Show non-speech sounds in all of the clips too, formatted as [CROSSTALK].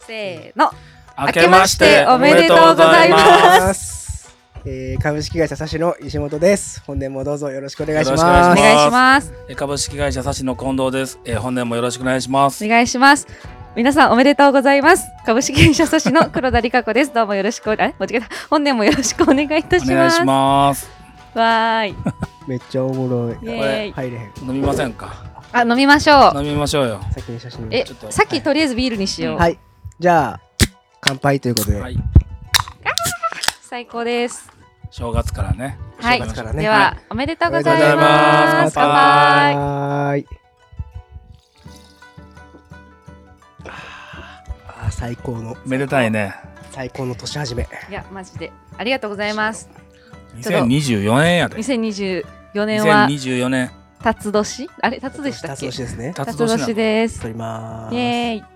せーの。明けましておめでとうございますす。えー、株式会社サシの石本です。本年もどうぞよろしくお願いします。よろしくお願おい願いします。えー株式会社サシの近藤です、えー本年もよろしくお願いしますお願いします。皆さんおめでとうございます。株式会社サシの黒田理香子です。どうもよろしくお、あれ間違えた。本年もよろしくお願いいたしお願まいす。しますわーい。めっちゃおもろい。イエーイ。入れへん。飲みませんかあ、飲みましょう。飲みましょうよ先に写真。えちょっ、とさっきとりあえずビールにしよう。はい。じゃあ乾杯ということで。はい最高です。正月からねはい。お正月からねでは、はおめでとうごおざめでというございまますす。乾杯。はーい。あー最高のめでたいね最高の年始め。いや、マジで。ありがとうございます。ちょっと2024年やで2024年は、 2024年辰年あれ、辰でしたっ辰け年ですね。辰辰年な年です。撮りまイーエーイ。の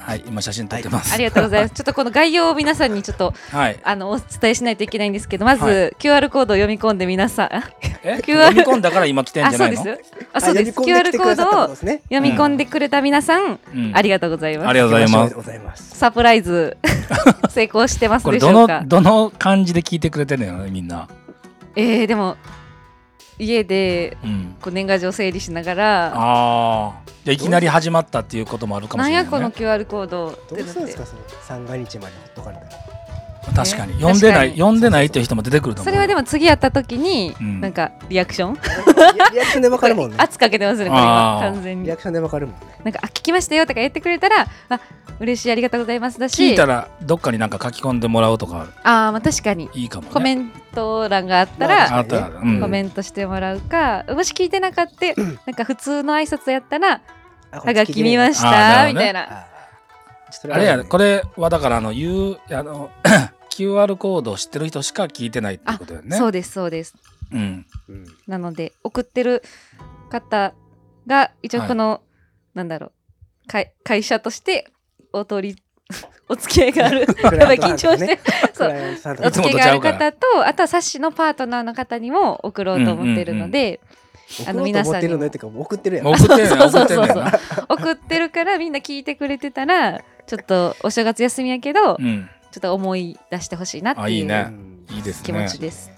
はい今写真撮ってますありがとうございます。ちょっとこの概要を皆さんにちょっとはいあのお伝えしないといけないんですけど、まず、は QR コードを読み込んで皆さん、あえ QR 読み込んだから今来てんあ、じゃそなういでのす。ああ、そうです。呼び込んでき QR てコくーださったドってをことですね。読み込んでくれた皆さん、うんありがとうございます。ありがとうございますありがとうございます。サプライ [LAUGHS] ズ成功してますこれでしどょうのか。どの感じで聞いてくれてんのよねみんなえー、でも家でうんこう年賀状整理しながら、ああじゃあいきなり始まったっていうこともあるかもなしんれないやねこの QR コードってどなうっするんでてす。かその三が日までほっとかれたら。確かにね読んで確ないかに読んでないっていう人も出てくると思そうれはでも次やった時に、うんなんかリアクション [LAUGHS] リ [LAUGHS] アリアクションでわかるもんね。圧かけてますねこれ今あー完全にリアクションでわかるもんね。なんかあ聞きましたよとか言ってくれたらあ嬉しいありがとうございますだし聞いたらどっかになんか書き込んでもらうとかあーまあ確かにいいかもねコメント欄があったまらあったら確かうにねんコメントしてもらうか、もし聞いてなかったなんか普通の挨拶やったら「あはがき見ました」あーみたないるなあれやこれれはだからあの U あの [COUGHS] QR コードを知ってる人しか聞いてないってことだよねそうですそうです [LAUGHS] うん聞いてなない。ので送ってる方が一応はいこの、なんだろう会会社としてお取り [LAUGHS] お付き合いがあるややばい緊張して、そうそうおいつ付もき合といちがあゃうるから方とあとはサッシのパートナーの方にも送ろうと思ってるので、ああのの皆皆ささんにもんに送ってるのねってかもう送ってるやんもう送ってんねんそう送そうってんそうそうねんな [LAUGHS] 送ってるからみんな聞いてくれてたらちょっとお正月休みやけど、ちょうんっと思い出してほしいなってあいいいうねうんいいです気持ねちです、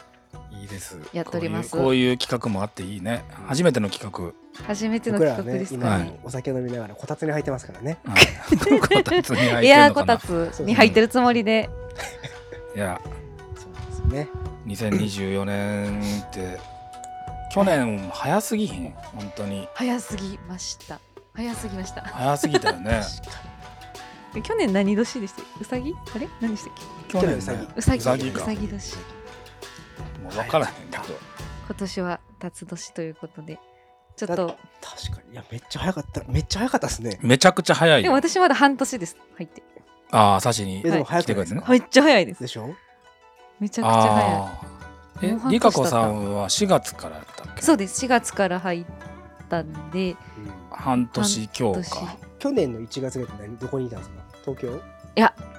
いいですやっておりますこういうこういう企画もあっていいね初めての企画初めての僕らは企画ねですね今はお酒飲みながらこたつに入ってますからね。はい [LAUGHS] こたつに入ってんのかなエアーこたつに入ってるつもりでいやそうですね。 2024年って去年早すぎひん本当に早すぎました早すぎました早すぎたよ [LAUGHS] ねえ去年何年でしたうさぎあれ何でしたっけ去年年うさぎねうさぎうさぎかうさぎ年もう分からへんけど今年は辰年ということでちょっだと確かにいやめっちゃ早かっためっちゃ早かったですね。めちゃくちゃ早いでも私まだ半年です入ってああサシにえでも来早くてくないれてですねかめっちゃ早いですでしょ？めちゃくちゃ早いああもうーえ半年りかこさんは4月からやったっけそうです4月から入ったんでうん半年強半か年去年の1月ぐらいって何どこにいたんですか？東京？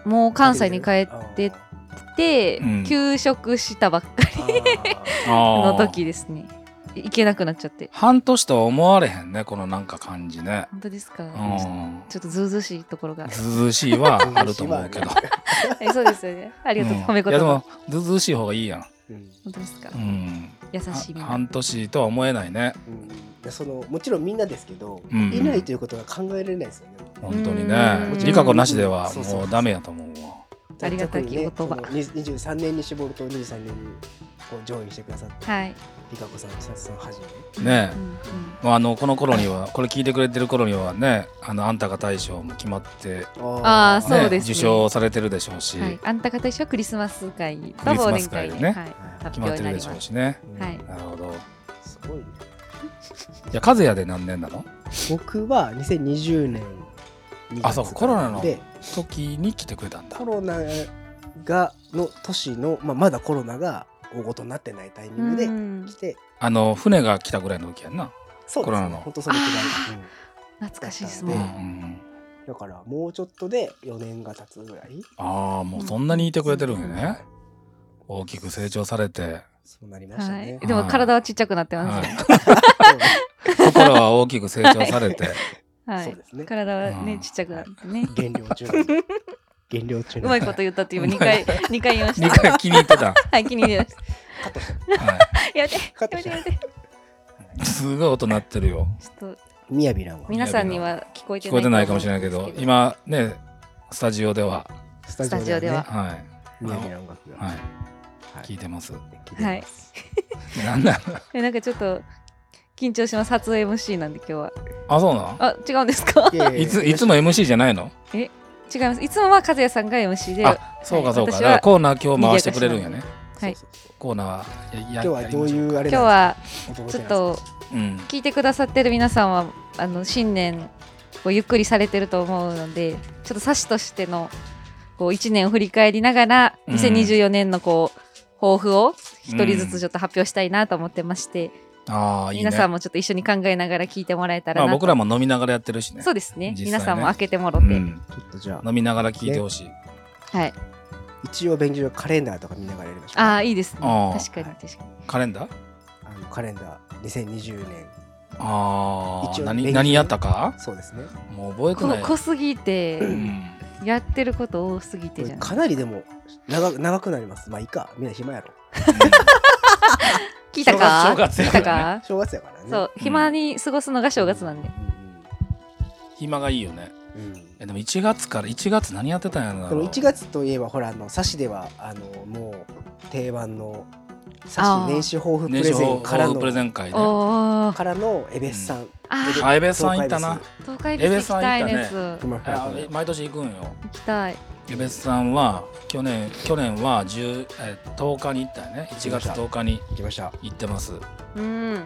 もう関西に帰ってあて、うん休職したばっかりーあのー時ですねい行けなくなっちゃって半年とは思われへんねこのなんか感じね本当ですか、うんちょっとずうずうしいとこ [LAUGHS] ろがずうずうしいはあると思うけど [LAUGHS] えそうですよねありがとう、うん褒めいや言で葉もずうずうしい方がいいやんうん本当ですか、うん優しいみんなは半年とは思えないねうんでそのもちろんみんなですけど、うんいないということが考えられないですよね。本当にうねんりかこなしではそうそうもうダメやと思うわありがたきお言葉特にねその20 23年に絞ると23年にこう上位してくださったはい、りかこさん、千里さんはじめ。ねえうんうんまああのこの頃にはこれ聞いてくれてる頃にはねあのあんたが大賞も決まってあーそうねですね受賞されてるでしょうし、はい、あんた方一緒はクリスマス会とクリス忘マ年ス会会でで、はねい、決発まっ表てにるなでりしょまうすしね。うんはいなるほど。すごいね。じゃあ和也で何年なの？僕は2020年にあそうコロナので時に来てくれたんだコ。ロナがの年の、まあ、まだコロナが大ごとになってないタイミングでうん来て、あの船が来たぐらいの時やんな。そうコですロナねの本当そのくらい、うん懐かしいですうんも、うんんうねん。だからもうちょっとで4年が経つぐらいああもうそんなにいてくれてるんよね。大きく成長されて、そうなりましたはねい、、でも体はちっちゃくなってます、はい心は大きく成長されて、ははそういですね。体はうねんちっちゃくなってね減量 [LAUGHS] 中なんで。減量中うなまんいで。こと言ったって今2回二回言いまし2た回気に入ってた、はい気に入りましカットし [LAUGHS] はて。たやめてカットやめしてやめてちい、すごい音鳴ってるよょっとみやびらんは皆さんには聞こえてない聞こえてないかもしれないけど今ねスタジオではスタジオでははみやびらん音楽がい、はい、はい聞いてます [LAUGHS] 聞いてますなんだえなんかちょっと緊張します初 MC なんで今日はあそうなあ違うんですかいややのやいついつも MC じゃないの違いますいつもは和也さんが MC ではあそうかそうか私はだからコーナー今日回してくれるんやねいそうそうそうコーナーやや今日はどういううあれ今日なんはですかちょっとうん聞いてくださってる皆さんはあの新年こうゆっくりされてると思うのでちょっと差しとしてのこう1年を振り返りながらうん2024年のこう抱負を1人ずつちょっと発表したいなと思ってまして、ああいいね皆さんもちょっと一緒に考えながら聞いてもらえたらまあな、僕らも飲みながらやってるしねそうですね実際ね皆さんも開けてもろうて、んちょっとじゃあ飲みながら聞いてほしいはい一応便所のカレンダーとか見ながらやりましょうああいいですねあー確かに確かにカレンダーあのカレンダー2020年ああ一応何勉強何やったかそうですねもう覚えてこない濃すぎてうんやってること多すぎてじゃこれないかなりでも長く長くなりますまあいいかみんな暇やろ聞いたか正月聞いやかたらか正月やからねそう暇に過ごすのが正月なんで、暇がいいよねうんうんうんえでも1月から1月何やってたんやろなでも1月といえばほらあのサシではあのもう定番のサあーシ年始抱負プレ年ゼ始ンから報のプレゼン会ねおおからのエベスさん、あーあエベさんいたな東海ビス行きたいです、熊倉あさん毎年行くんよ行きたいエベスさんは去年去年は10えー10日に行ったよね1月10日に行きました、行ってますうんうん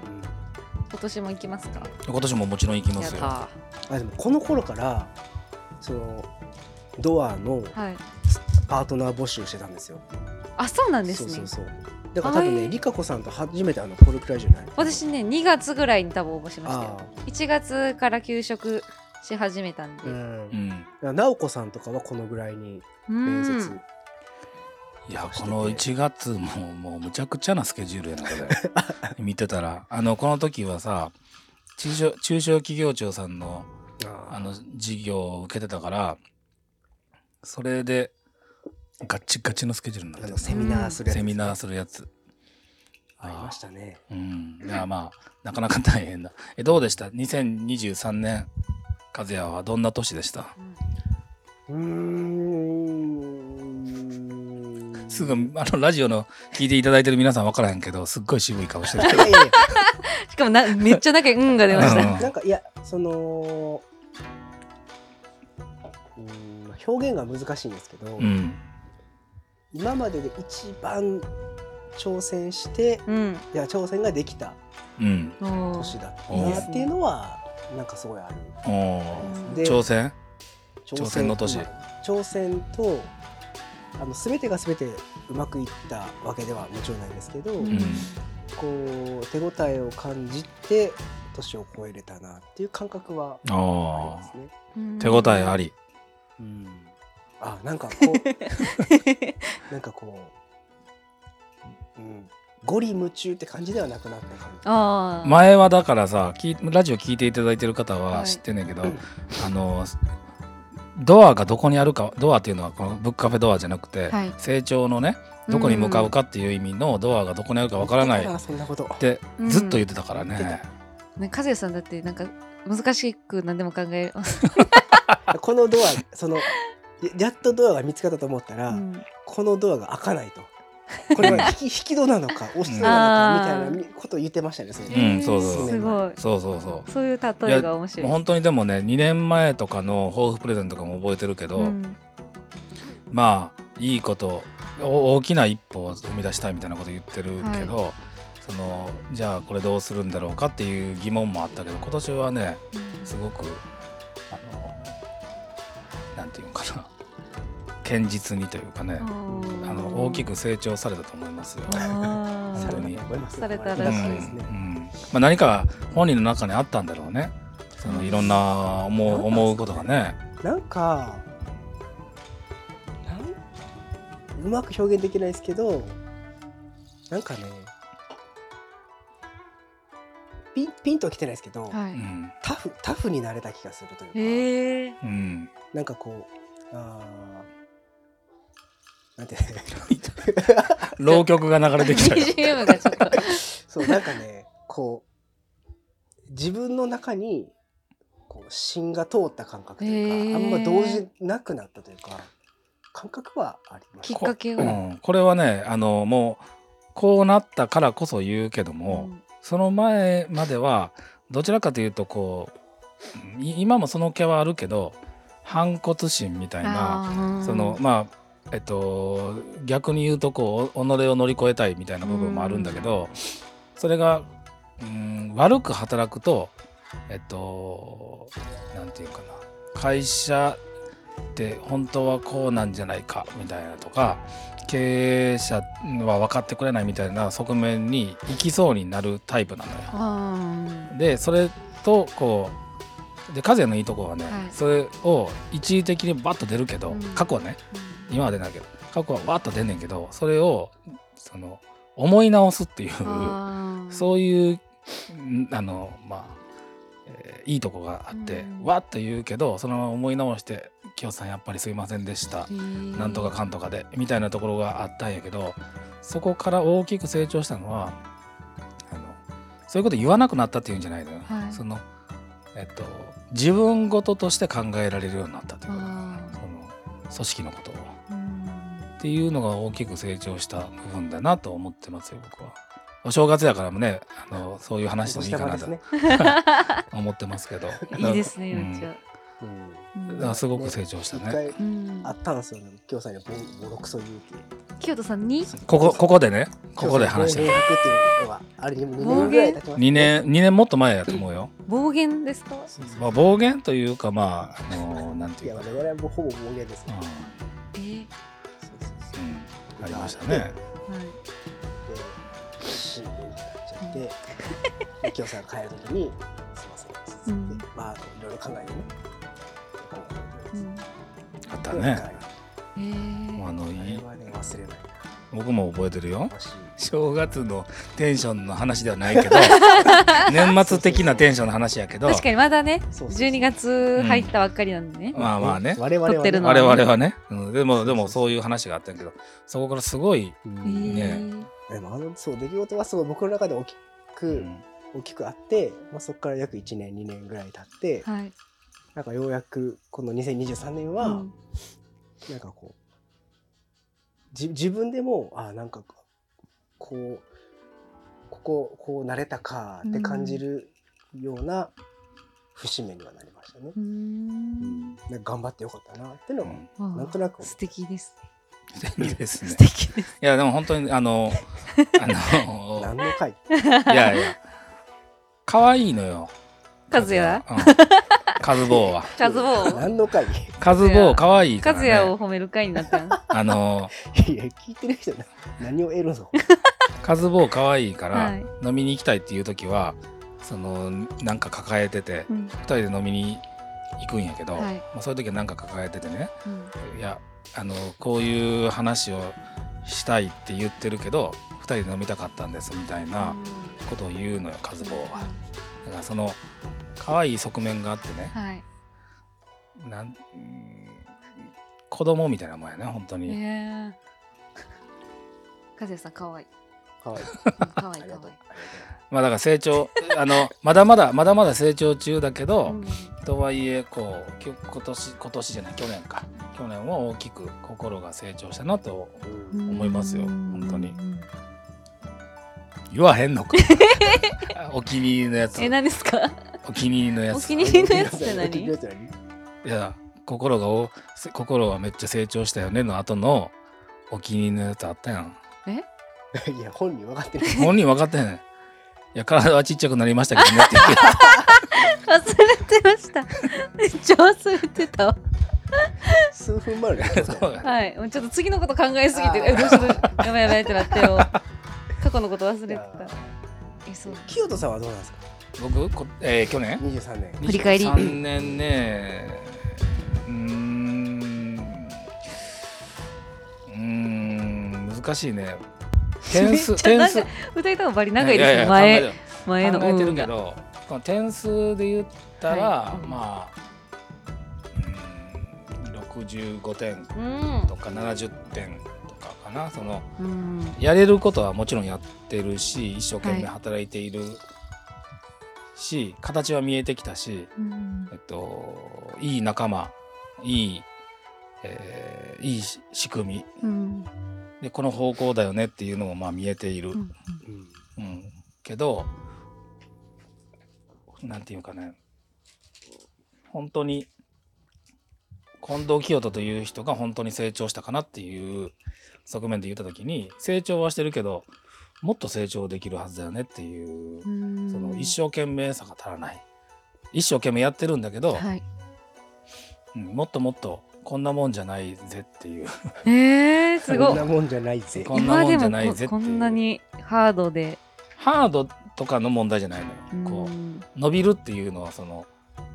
今年も行きますか今年ももちろん行きまやっすたよあでもこの頃からそのドアのーはいパートナー募集してたんですよ。あそうなんですそうねそうそう。だから多分あね、ーリカ子さんと初めてあのポルクラじゃない。私ね2月ぐらいに多分応募しましたあよ1月から休職し始めたんであ、う。うんうだかんら直子さんとかはこのぐらいにー面接。んいやこの1月ももうむちゃくちゃなスケジュールやなこれ [LAUGHS] 見てたらあのこの時はさ中小中小企業庁さんのああの事業を受けてたからそれでガッチガチのスケジュールになっあてのたセミナーするやつ、セミナーーするやつありましたね。うんいやまあなかなか大変だえどうでした2023年和也はどんな年でしたうーん。すぐあのラジオの聞いていただいてる皆さん分からへんけどすっごい渋い顔 [LAUGHS] してるいやいやいしかもなめっちゃ仲良いうんが出ましうたんやなんかいやその。うーん表現が難しいんですけど、うん今までで一番挑戦してうんいや挑戦ができたうんおー年だったおなーっていうのはなんかすごいあるおーうんで挑戦挑挑戦の年挑戦とあの全てが全てうまくいったわけではもちろんないですけど、うんんこう手応えを感じて年を超えれたなっていう感覚はあありますーね。うん手応えありうん、あなんかこう [LAUGHS] なんかこう、うん、ゴリ夢中って感じではなくなった感じ。 [LAUGHS] ああ前はだからさ聞いラジオ聞いていただいてる方ははい知ってんねんけど、うんあのドアがどこにあるかドアっていうのはこのブックカフェドアじゃなくて、はい成長のねどこに向かうかっていう意味のドアがどこにあるかわからないっあそんなこと。てうんずっと言ってたからね、言ってね和也さんだってなんか難しく何でも考えますこのドア、その、ややっとドアが見つかったと思ったら、うんこのドアが開かないと。これは引き [LAUGHS] 引き戸なのか、押し戸なのかみたいなことを言ってましたね。それうんそうそうすごいそうそうそうそういう例えが面も白うい本当にでもね2年前とかの抱負プレゼントとかも覚えてるけど、うんまあいいことお大きな一歩を生み出したいみたいなこと言ってるけど、そのじゃあこれどうするんだろうかっていう疑問もあったけど今年はねすごくあのなんていうのかな [LAUGHS] 堅実にというかね、あの大きくく成長されたと思いますよ。さ本当れたにと思いますされたうらしいんでうんまあ、何か本人の中にあったんだろうねそのいろんな思う思うことがね。なんかなんうまく表現できないですけどなんかねピンピンとは来てないですけど、はうい。んタフタフになれた気がするというか、へえ。うんなんかこうあーなんて [LAUGHS] 浪曲が流れてきたよ BGM がちょっと。そうなんかねこう自分の中にこう芯が通った感覚というか、へーあんま動じなくなったというか感覚はありま [LAUGHS] すきっかけうは。ん、これはねあのもうこうなったからこそ言うけども、その前まではどちらかというとこうい今もその気はあるけど反骨心みたいなあそのまあえっと逆に言うとこうお己を乗り越えたいみたいな部分もあるんだけど、それが、うん、悪く働くとえっとなんていうかな会社って本当はこうなんじゃないかみたいなとか経営者は分かってくれないみたいな側面に行きそうになるタイプなのよ。あ。でそれとこうで和也のいいとこはね、はいそれを一時的にバッと出るけど、うん過去はね今は出ないけど過去はバッと出んねんけどそれをその思い直すっていうあーそういうんあのまあ、えーいいとこがあって、うんわっと言うけどそのまま思い直して「清さんやっぱりすいませんでした」へーなんとかかんとかでみたいなところがあったんやけどそこから大きく成長したのはあのそういうこと言わなくなったっていうんじゃないのよ、はいそのえっと自分事として考えられるようになったということかなあーその組織のことをっうんていうのが大きく成長した部分だなと思ってますよ僕は。お正月やからもねあのそういう話でもいいかなとね、思ってますけどいいですね、うんめっちゃ。うん、うんだからすごく成長した一ね。回うんあったんですよね京さんにボボロクソ言うっていう清田さんにここここでねここで話してるるっていうのはあれにも2年ぐらい経ちますね2年二年もっと前やと思うよ。暴言ですかそうそうまあ、暴言というかまああのなんていいやうか、我々はもうほぼ暴言ですうんねえーそうそうそううん、ありましたね。はいで新聞になっちゃってで京さんが帰る時に「すいません」っつって、うんまあいろいろ考えてねこうこうこううでんあったね。えもうあーのあいれはね忘れない僕も覚えてるよ。私正月のテンションの話ではないけど年末的なテンションの話やけど確かにまだね、そうそうそう12月入ったばっかりなんでね。まあまあね我々は、ね、撮ってるの我々はね、うん、でもでもそういう話があったんやけどそこからすごい、えうんーねでもあのそう出来事はすごい僕の中で大きく、うん大きくあって、まあ、そこから約1年2年ぐらい経って、はい。なんかようやくこの2023年は、うんなんかこうじ自分でもあなんかこうこここうなれたかって感じるような節目にはなりましたね。うーうんん、なんか頑張ってよかったなってのは、うわあなんとなく素敵ですね。ん、いいですね素敵です。いやでも本当にあの [LAUGHS] あの何の回いやいや。可愛いのよ。カズヤうんカズボーは。カズボー。何の回 [LAUGHS] いカズボー可愛いかカら、ズね。ヤを褒める会になったなあの、や聞いてる人な何を得るのカズボー可愛いから、はい飲みに行きたいっていう時は、その、なんか抱えてて、うん二人で飲みに行くんやけど、はいまあ、そういう時はなんか抱えててね、うんいや、あの、こういう話をしたいって言ってるけど、二人で飲みたかったんですみたいなことを言うのよ、カズボーは。だからその、可愛い側面があってね、はい。なんうん子供みたいなもんやね本当えに、ー。カズヤさん可愛い。可愛いうん可愛いあり可がとう愛い。まあだから成長あのまだまだまだまだ成長中だけうど、んとはいえこうきょ今年今年じゃない去年か去年は大きく心が成長したなとありがとううん思いますよ本当にうん言わへ [LAUGHS] んのかお気に入りのやつえ、何ですかお気に入りのやつお気に入りのやつってお気に入りの [LAUGHS] 何やつってい何や心がおせ心はめっちゃ成長したよねの後のお気に入りのやつあったや [LAUGHS] ん [LAUGHS] いや本人分かってない本人分かってへんいや体はちっちゃくなりましたけどねって言って忘れてました。めっちゃ忘れてたわ。数分前のやつそう [LAUGHS] やはい、もうちょっと次のこと考えすぎて、あーえ、どうする、やばいやばいってなってよ。過去のこと忘れてた。え、そう。清人さんはどうなんですか僕こ、えー去年23年振り返り3年ねうーんうーん難しいね点数めっちゃ点なんか数歌いたもバリ長いやでやすね。や考え前てよ前の考えてるけうんがど、この点数で言ったら、はいうんまあ、うん、65点とか70点とかかなそのうん、うんやれることはもちろんやってるし一生懸命は働いているし、形は見えてきたし、うんえっと、いい仲間いい、えーいいし仕組うみんでこの方向だよねっていうのもまあ見えている、うんううんん、けどなんていうかね本当に近藤清人という人が本当に成長したかなっていう側面で言った時に成長はしてるけどもっと成長できるはずだよねっていうう、んその一生懸命さが足らない一生懸命やってるんだけど、はい、うんもっともっとこんなもんじゃないぜっていうえー、すこごんいなもんじゃないぜ。こんなもんじゃ今なでいもぜっていこうこんなにハードで、ハードとかの問題じゃないうんのよ。こう伸びるっていうのはその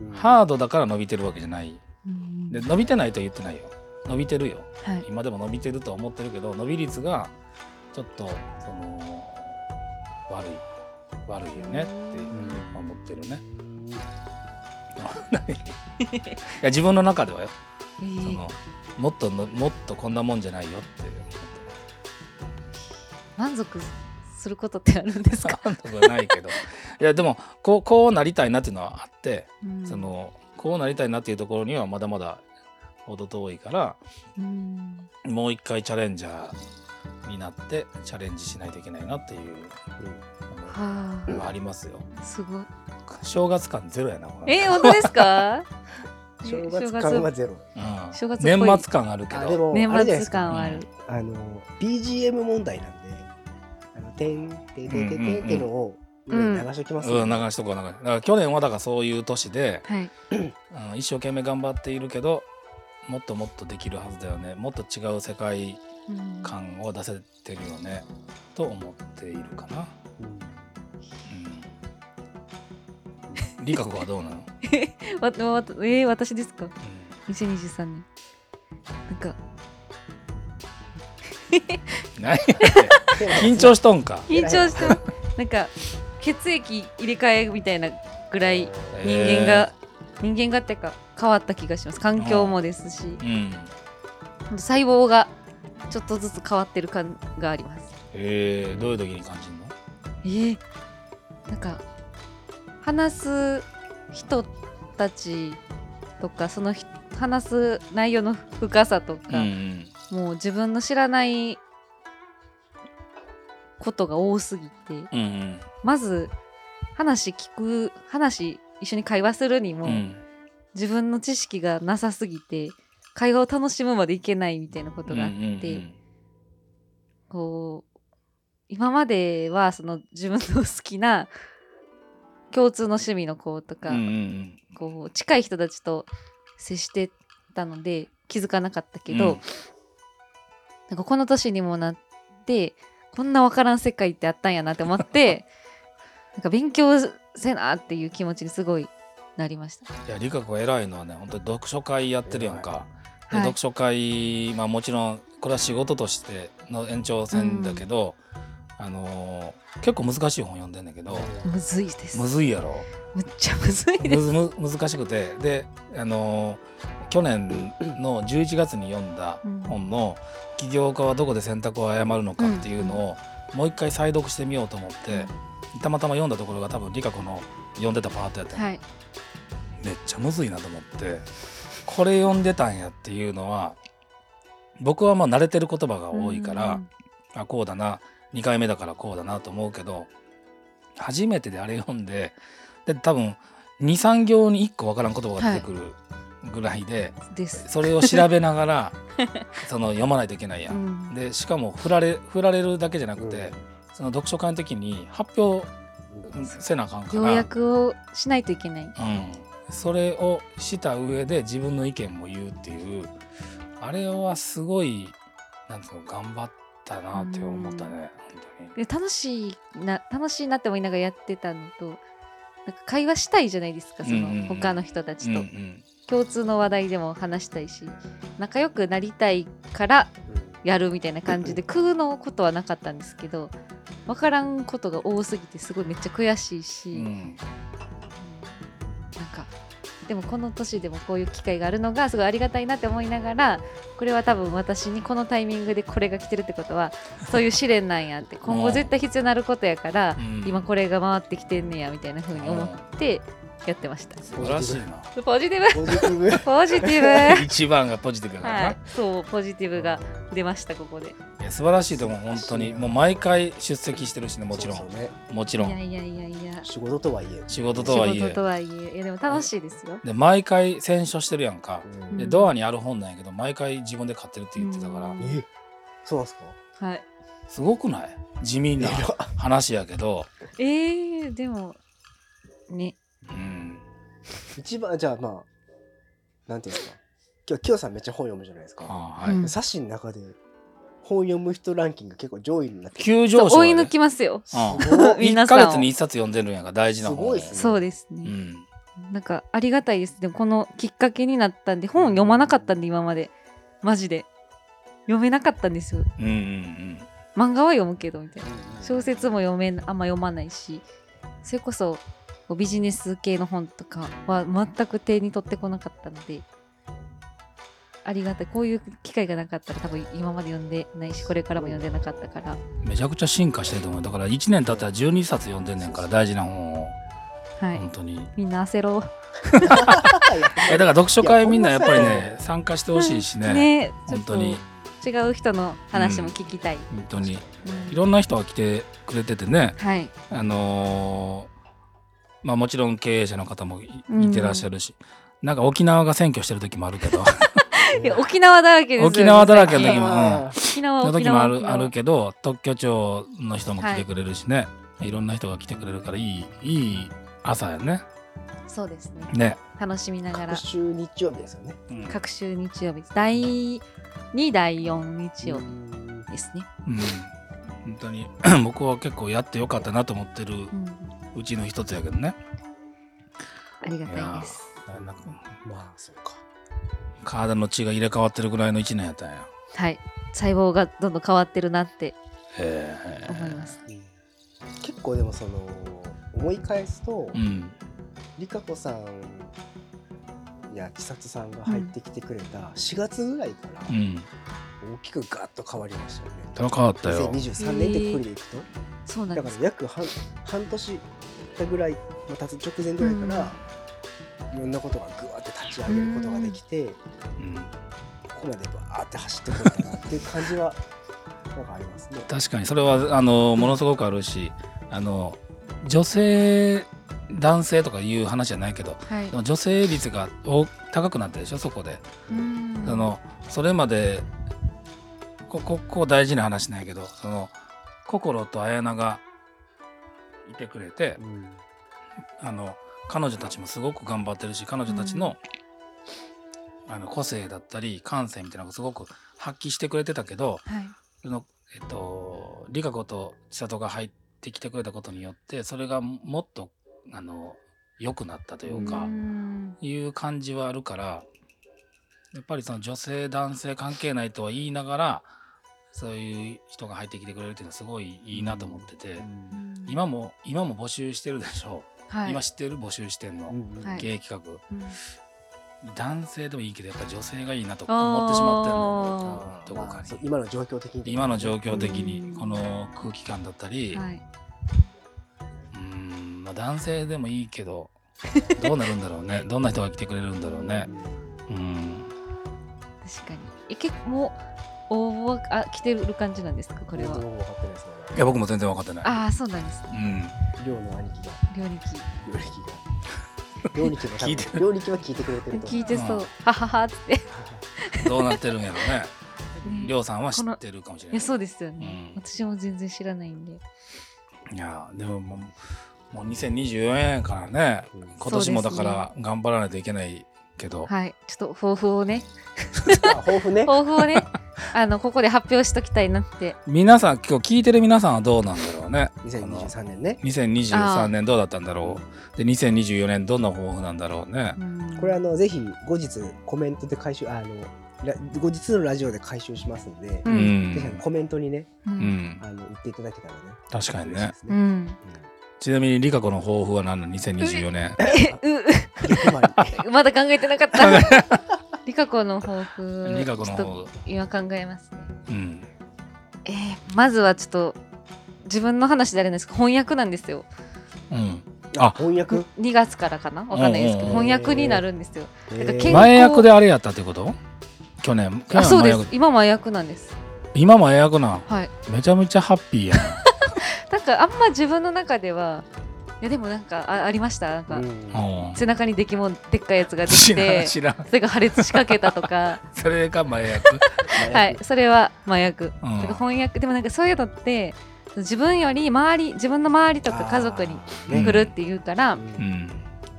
うんハードだから伸びてるわけじゃない。うんで伸びてないとは言ってないよ。伸びてるよ。はい、今でも伸びてるとは思ってるけど伸び率がちょっとその悪い悪いよねって思ってるね。いや自分の中ではよ。えそーのもっとのもっとこんなもんじゃないよって思って満足することってあるんですか、る。とかない [LAUGHS] けど。いやでもこうこうなりたいなっていうのはあって、うんそ、のこうなりたいなっていうところにはまだまだ程遠いから。うんもう一回チャレンジャーになってチャレンジしないといけないなっていうはのがありますよ。あ、すごい。正月感ゼロやな。これえー、本当ですかうん [LAUGHS] 正月感はゼロ。うん正月っぽい年末感あるけあでど。もあ年れじゃないで末すか。感はある。あの BGM 問題なんで、あのてんてんてんてんてんってのをねうん流しておきますうね。ん、流しとこう流しだから去年はだからそういう年で、はい。うん、一生懸命頑張っているけどもっともっとできるはずだよねもっと違う世界うん観を出せてるよねと思っているかな。うん、理香子はどうなの、わわわえー、私ですかうん2023年なんか何や [LAUGHS] ねん緊張しとんか。緊張してますなんか血液入れ替えみたいなぐらい人間が、人間がっていうか変わった気がします環境もですしえー。うん。細胞がちょっとずつ変わってる感がありますえー、どういう時に感じるの？えー、なんか話す人たちとかその人話す内容の深さとか、ん。もう自分の知らないことが多すぎてうんうん。まず話聞く話一緒に会話するにも、うん。自分の知識がなさすぎて会話を楽しむまでいけないみたいなことがあって、こう今まではその自分の好きな共通の趣味の子とか、うんうんうん。こう近い人たちと接してたので気づかなかったけど、うんなんかこの年にもなってこんな分からん世界ってあったんやなって思って [LAUGHS] なんか勉強せなっていう気持ちにすごいなりました。いや理香子偉いのはね本当に読書会やってるやんか。ではい読書会まあもちろんこれは仕事としての延長線だけど、あのー結構難しい本読んでんだけど、むずいです。むずいやろ。むっちゃむずいむです。ずむ難しくてであのー去年の11月に読んだ本の「起業家はどこで選択を誤るのか」っていうのをもう一回再読してみようと思ってたまたま読んだところが多分理香子の読んでたパートやったの、はい。めっちゃむずいなと思ってこれ読んでたんやっていうのは僕はまあ慣れてる言葉が [LAUGHS] 多いから、うんあこうだな2回目だからこうだなと思うけど初めてであれ読んでで多分23行に1個わからん言葉が出てくるぐらいで、です。それを調べな [LAUGHS] がらその読まないといけないや。うんんでしかも振られ振られるだけじゃなくて、うんその読書会の時に発表せなあかんから要約をしないといけない。うん、それをした上で自分の意見も言うっていうあれはすごいなんつうの頑張ったなって思ったね本当に。で楽しいな楽しいなって思いながらやってたのと。なんか会話したいじゃないですかそうんうんうんの他の人たちと、うんうん共通の話題でも話したいし仲良くなりたいからやるみたいな感じで食うのことはなかったんですけど分からんことが多すぎてすごいめっちゃ悔しいし、ううんんなんかでもこの年でもこういう機会があるのがすごいありがたいなって思いながらこれは多分私にこのタイミングでこれが来てるってことはそういう試練なんやって今後絶対必要なることやからうん今これが回ってきてんねやみたいな風に思ってやってました。素晴らしいなポジティブポジティブポジティ [LAUGHS] 一番がポジティブだブからな、はいそうポジティブが出ましたここで。いや素晴らしいと思う本当にもう毎回出席してるしねもちろんそうそうねもちいろやんいやいやいや仕事とはいえ仕事とはい仕事えとはいえいやでも楽しいですよ。で毎回選書してるやんかうんうでんドアにある本なんやけど毎回自分で買ってるって言ってたからうんえそうなんですかはい。すごくない地味な話やけど、えー、でもねうん、一番じゃあまあなんていうんですか今日キヨさんめっちゃ本読むじゃないですかあーはい、うん冊子の中で本読む人ランキング結構上位になって急そう上昇追いやね抜きますよ。[LAUGHS] うごいん、1皆かさんを月に1冊読んでるんやから大事な本すごいっすねそうですうね、ん、なんかありがたいですでもこのきっかけになったんで本読まなかったんで今までマジで読めなかったんですようんうんうん漫画は読むけどみたいな小説説も読めんあんま読まないしそれこそこうビジネス系の本とかは全く手に取ってこなかったのでありがたいこういう機会がなかったら多分今まで読んでないしこれからも読んでなかったからめちゃくちゃ進化してると思うだから1年経ったら12冊読んでんねんから大事な本をはい本当に、みんな焦ろうえだから読書い会やみんなやっぱりほんまね参加してほしいし [LAUGHS] ねねちょ本っ当とに違う人の話も聞きたい、本当にうんいろんな人が来てくれててねはいあのーまあもちろん経営者の方もいうんいてらっしゃるし、なんか沖縄が選挙してる時もあるけどいや沖縄だらけですよ沖縄だらけの時最近も、うん、沖縄の沖時も縄あるあるけけど特許庁の人も来てくれるしね、い、ろんな人が来てくれるからいいいい朝やねそうですねね、楽しみながら各週日曜日ですよねうん各週日曜日第2第4日曜う日んですね、うん本当に [CLEARS THROAT] 僕は結構やってよかったなと思ってるうん、うちの一つやけどねありがたいですなんかまあそうか体の血が入れ替わってるぐらいの1年やったんやはい細胞がどんどん変わってるなってへ思います、うん結構でもその思い返すとうんりかこさんや千里さんが入ってきてくれた4月ぐらいからうん大きくガッと変わりましたよね。高かったよ2023年でくくりでいくと、そうなんだでかすら約半半年ぐらい、まあ、経つ直前ぐらいから、いろんなことがぐわって立ち上げることができて、こうんこまでバーって走ってくれたなっていう感じは [LAUGHS] なんかありますね。確かにそれはあのものすごくあるしあの女性男性とかいう話じゃないけどはいでも女性率がお高くなったでしょそこで、うんあのそれまでこここ大事な話なんやけどその心と綾菜がいてくれてうんあの彼女たちもすごく頑張ってるし彼女たちの,、あの個性だったり感性みたいなのをすごく発揮してくれてたけど、はいその、えっと、理香子と千里が入ってきてくれたことによって、それがもっと、あの、良くなったというか、うんいう感じはあるから、やっぱりその女性、男性関係ないとは言いながら、そういう人が入ってきてくれるっていうのはすごいいいなと思ってて、今も、今も募集してるでしょ。はい今知ってる募集してんの。うんはい経営企画。うん男性でもいいけど、やっぱ女性がいいなと思ってしまってるの、どこまかあそうに。今の状況的に今の状況的うにんこの空気感だったり、はい、うんまあ、男性でもいいけどどうなるんだろうねどんな人が来てくれるんだろうねうん確かにえ結構もう応募はあ来てる感じなんですかここれれはは分かってないですねいや僕も全然分かってないああそうなんですねうん、寮の兄貴が料理機料理機が料理機が多聞いて分料理機は聞いてくれてると思う聞いてそううん「ははは」っつってどうなってるんやろうねりょうさんは知このってるかもしれいなやいそうですよね、うん私も全然知らないんでいやでももうもう2024年からね [LAUGHS] うん今年もだから頑張らないといけないけど、はいちょっと抱負をねあ抱負ね抱負をねあのここで発表しときたいなって皆さん今日聞いてる皆さんはどうなんだろうね2023年ね2023年どうだったんだろうで2024年どんな抱負なんだろうねうんこれあのぜひ後日コメントで回収あのら後日のラジオで回収しますので、ううんんぜひあのコメントにねううんんあの言っていただけたらね確かにね嬉しいですうねんちなみにリカ子の抱負は何なの2024年ううん欲張りう [LAUGHS] まだ考えてなかった。 [LAUGHS] リカ子の抱負。リカ子のちょっ方と今考えますね。うんえーまずはちょっと自分の話であれなんですけど翻訳なんですよ。うんあ翻訳2月からかなわかんないですけどうんうんうん翻訳になるんですよ。なえんか健康前役であれやったってこと去年去あ年そう前で役す。今も役なんです。今前役なんはい。めちゃめちゃハッピーやんなんかあんま自分の中ではいやでもなんかあありましたなんか、うんうん背中にできもんでっかいやつができ知らんて。知らんそれが破裂しかけたと [LAUGHS] か、それが前役 [LAUGHS] はい、それは麻薬、うんなんか翻訳でもなんかそういうのって自分より周り自分の周りとか家族にうん来るっていうから、うん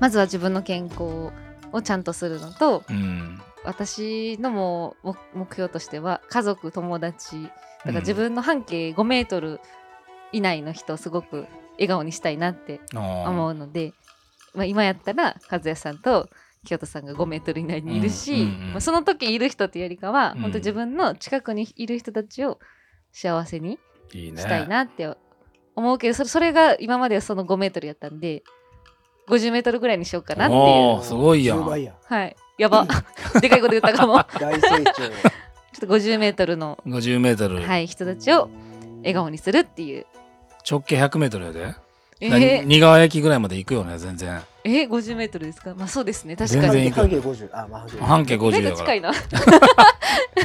まずは自分の健康をちゃんとするのとうん私のもう目目標としては家族友達だから自分の半径5メートル以内の人をすごく笑顔にしたいなって思思うので、まあ、今やったら和也さんと清田さんが5メートル以内にいるし、うんうんうんまあ、その時いる人というよりかは、うん本当自分の近くにいる人たちを幸せにいいねしたいなって思うけど、それそれが今まではその5メートルやったんで50メートルぐらいにしようかなっていうおーすごいやんすごいやんはいやば [LAUGHS] でかいこと言ったか [LAUGHS] も大成長ちょっと50メートルの、 50メートルはい、人たちを笑顔にするっていう直径100メートルやでえにー、似顔焼きぐらいまで行くよね全然えー、50メートルですかまあそうですね確か全然にいいか半径50あまあ半径なん50かだ近かいな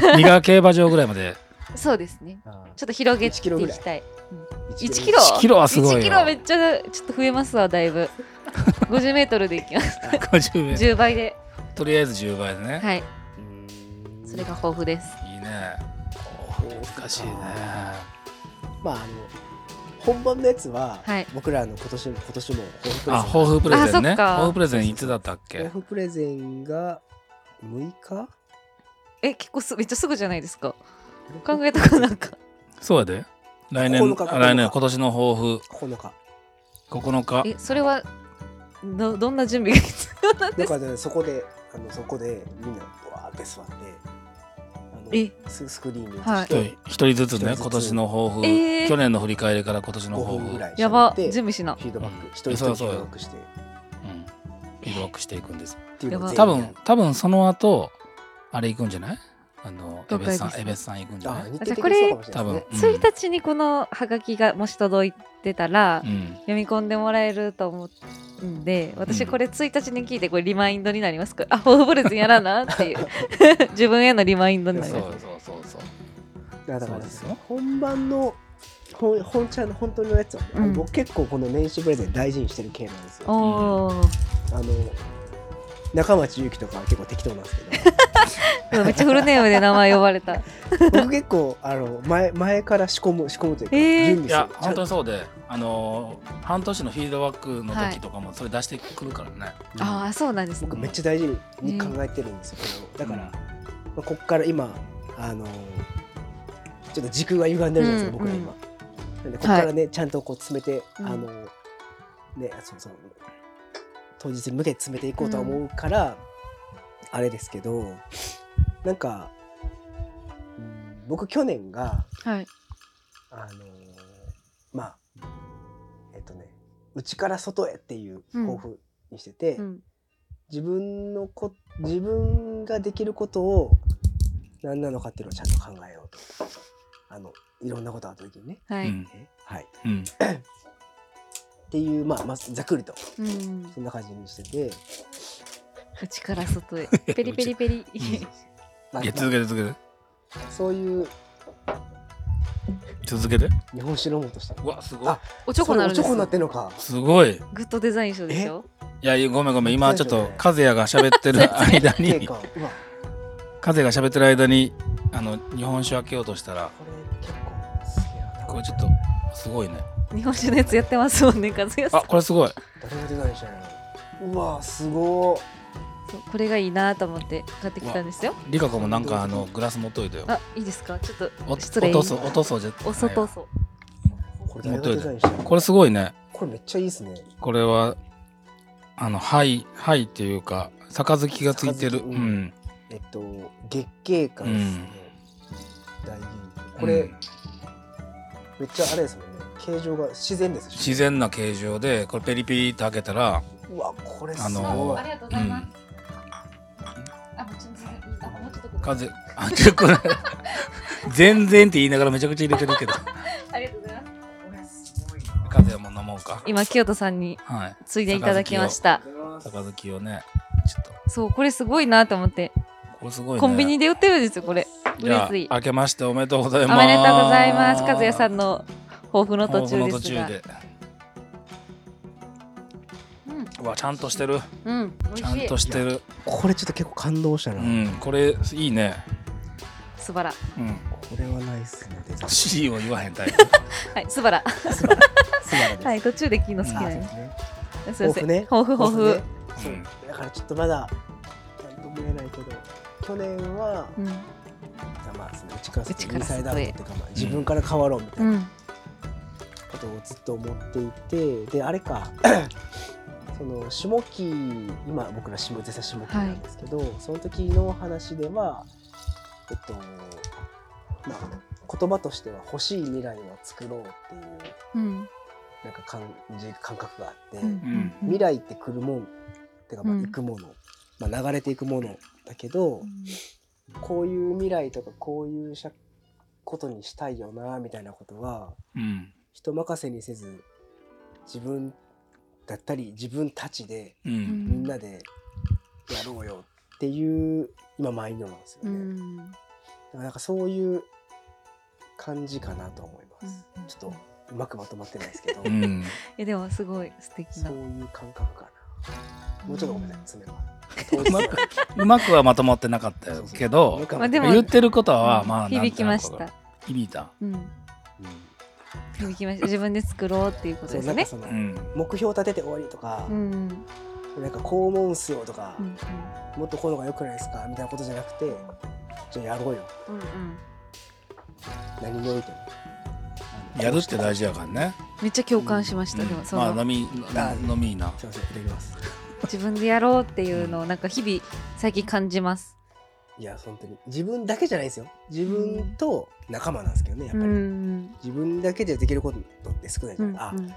ら似顔競馬場ぐらい [LAUGHS] までそうですねあーちょっと広げて1キロいぐらいきたい。 1 1キロ1キロはすごいよ1キロめっちゃちょっと増えますわ、だい [LAUGHS] ぶ。50メートルでいきます。 50メート10倍で。ルとりあえず10倍でねはい。うんそれが豊富です。いいね難しいねまああの本番のやつは、はい僕らの今年今年もあ抱抱負負プレゼンねあそっか抱負プレゼンいつだったっプレゼンけ抱負プレゼンが6日え、結構すめっちゃすぐじゃないですか。考えたかなんか。そうやで来年9日あ来年今年の抱負9日9日え、それはどどんな準備が必要なんだですか、からね、そこであのそこでみんなわーって座ってあえのススクリーンに映はいして、一人ずつ一人ねずつ今年の抱負、えー去年の振り返りから今年の5抱負分ぐらいやば、喋準って備しなフ。ィードバッうクん一人一そ人うそフうィードバックしてっうんフィードバックしていくんですていうのをやば多全員や分る多分その後あれ行くんじゃないあのどエっベかスさ恵ん比寿エベスさん行くんじゃあない日程これ的にそうかもしれな多いです分ね、うん1日にこのハガキがもし届いてたら、うん読み込んでもらえると思うんで私これ1日に聞いてこれリマインドになりますか、あフォーブルズやらなっていう [LAUGHS] 自分へのリマインドになりそうますそうそうそういやだかそうらですよ本番の本本ちゃんの本当のやつはね、あのうん僕結構この年始プレゼン大事にしてる系なんですよ。おーあの中町ゆうきとかは結構適当なんですうわめっちゃフルネームで名前呼ばれたけど僕結構あの前前から仕込む仕込むというか、えー準備するいやちゃ本ん当にそうであのー半年のフィードバックの時とかもそれ出してくるからね、ああそうなんです僕ねめっちゃ大事に考えてるんですよ、これをだから、まあ、こっから今あのちょっと時空が歪んでるじゃないですか、うん僕ら今。なんでここからね、ちゃんとこう詰めて、うんあのねそうそう当日に向けて詰めていこうとは思うから、あれですけどなんかうん僕去年がはいあのまあえっとね内から外へっていう抱負にしてて、うん自分のこ自分ができることを何なのかっていうのをちゃんと考えようとあのいろんなことがあった時にね、はういんえはい、うんっていうまあ、まあ、ざっくりとうんそんな感じにしてて、内から外へペリペリペリまあいや続けて続けてまあそういう続けて日本酒飲もうとしてうわすごいあ [LAUGHS] おちょこなるんでそれおちょすこになってんのかすごいグッドデザイン賞でしょいやいやごめんごめん今ちょっと和本也が喋 [LAUGHS] ってる間てにかうわ風が喋ってる間にあの日本酒開けようとしたらこれ結構すげえなこれちょっとすごいね日本酒のやつやってますもんね和也さあんこれすごい誰がデザインしたんやろうわすごそうこれがいいなと思って買ってきたんですよリカ子もなんかあのグラス持っといてよあいいですかちょっとお落失礼とそう落とそうじゃお外そういこれ誰がデザインしたんやろこれすごいねこれめっちゃいいですねこれはあの「はい」「はい」っていうか杯がついてる杯ううんんえっと月経感ですね、大原因これ、うんめっちゃあれですもんね形状が自然です自然な形状でこれペリペリって開けたらうわこれすあごい、のーありがとうございます。あ、もうちょっと全然、あ、もうちょっとここ。風あ結 [LAUGHS] 構ね全然って言いながらめちゃくちゃ入れてるけどありがとうございます。風はもう飲もうか今清人さんにはいついでいただきました。杯をねちょっとそう、これすごいなと思って、これすごいねコンビニで売ってるんですよ、これ。じ嬉ゃあしい。明けましておめでとうございおますめでとうございます。和也さんの抱負の途中もうでこの途すが中。でうん、うわちゃんとしてるうん、美味ちゃんしいと。してるこれちょっと結構感動したうな、んこれいいねすばら。うんこれはナイスなデザイン素 C を言わへんタイプはい、すばら。晴ら素晴らです、はい、途中で聞くの好きはなんそでうですねす。すいません。抱負、抱負ね。そううんだからちょっとまだちゃんと見れないけど去年は、うん、まあその内から内外かイら外へ、ンサイドアウトっていうか、まあ、自分から変わろうみたいうなんことをずっと思っていて、であれか [CLEARS THROAT] その下期今僕ら下絶賛下期なんですけど、その時の話ではえっとまあ言葉としては欲しい未来を作ろうっていううん、なんか感じ感覚があって、うん、未来って来るもんってかまあうん行くもの、まあ、流れていくものだけど、こういう未来とかこういうしゃことにしたいよなみたいなことはうん人任せにせず自分だったり自分たちでううんんみんなでやろうよっていう今マインドなんですうよね、だん、からなんかそういう感じかなと思います、うんちょっとうまくまとまってないですけど、うんえ、でも、すごい素敵そなう。いう感覚かなもうちょっとごめんなさい爪が [LAUGHS] うまくうまくはまとまってなかったけどまあでも言ってることはまあ響きましなんとなた。く響いたうん、うん響きました。自分で作ろうっていうことでそうなすんかね。その、うん目標立てて終わりとかう、ん、なんかこう思うんすよとか、うん、もっとこういうのが良くないですかみたいなことじゃなくてじゃあやろうようん、うん、何においてもやるって大事事やからねめっちゃ共感しました。でも、そまあの飲み飲みいいなすいませんいただきます自分でやろうっていうのを、なんか日々最近感じます。いや本当に自分だけじゃないですよ自分と仲間なんですけどねやっうぱり、ん、自分だけじゃできることって少ないじうゃん、ない、あ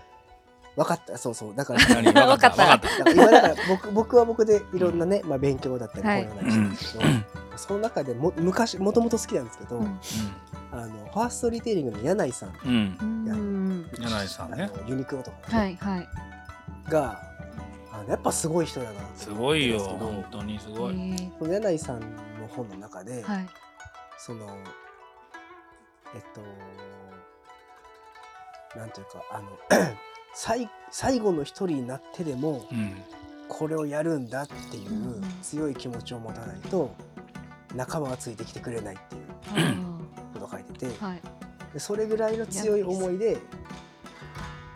分かったそうそうだから [LAUGHS] 何分かった分かった分かっただから今だから僕僕は僕でいろんなね、まあ、勉強だったりこうはいいうのだったりしてるんですけど、その中でも昔もともと好きなんですけど、うんあのファーストリテイリングの柳井さんうんうんうん、柳井さんねあのユニクロとかね、はい、はい。があのやっぱすごい人だなとす思っごていよるんですけど本当にすえごいーその柳井さんの本の中で、はい。そのえっとなんていうかあの [CLEARS THROAT] 最最後の一人になってでもうんこれをやるんだっていうんううん強い気持ちを持たないと仲間はついてきてくれないっていうことを書いててあーはい。でそれぐらいの強い思いで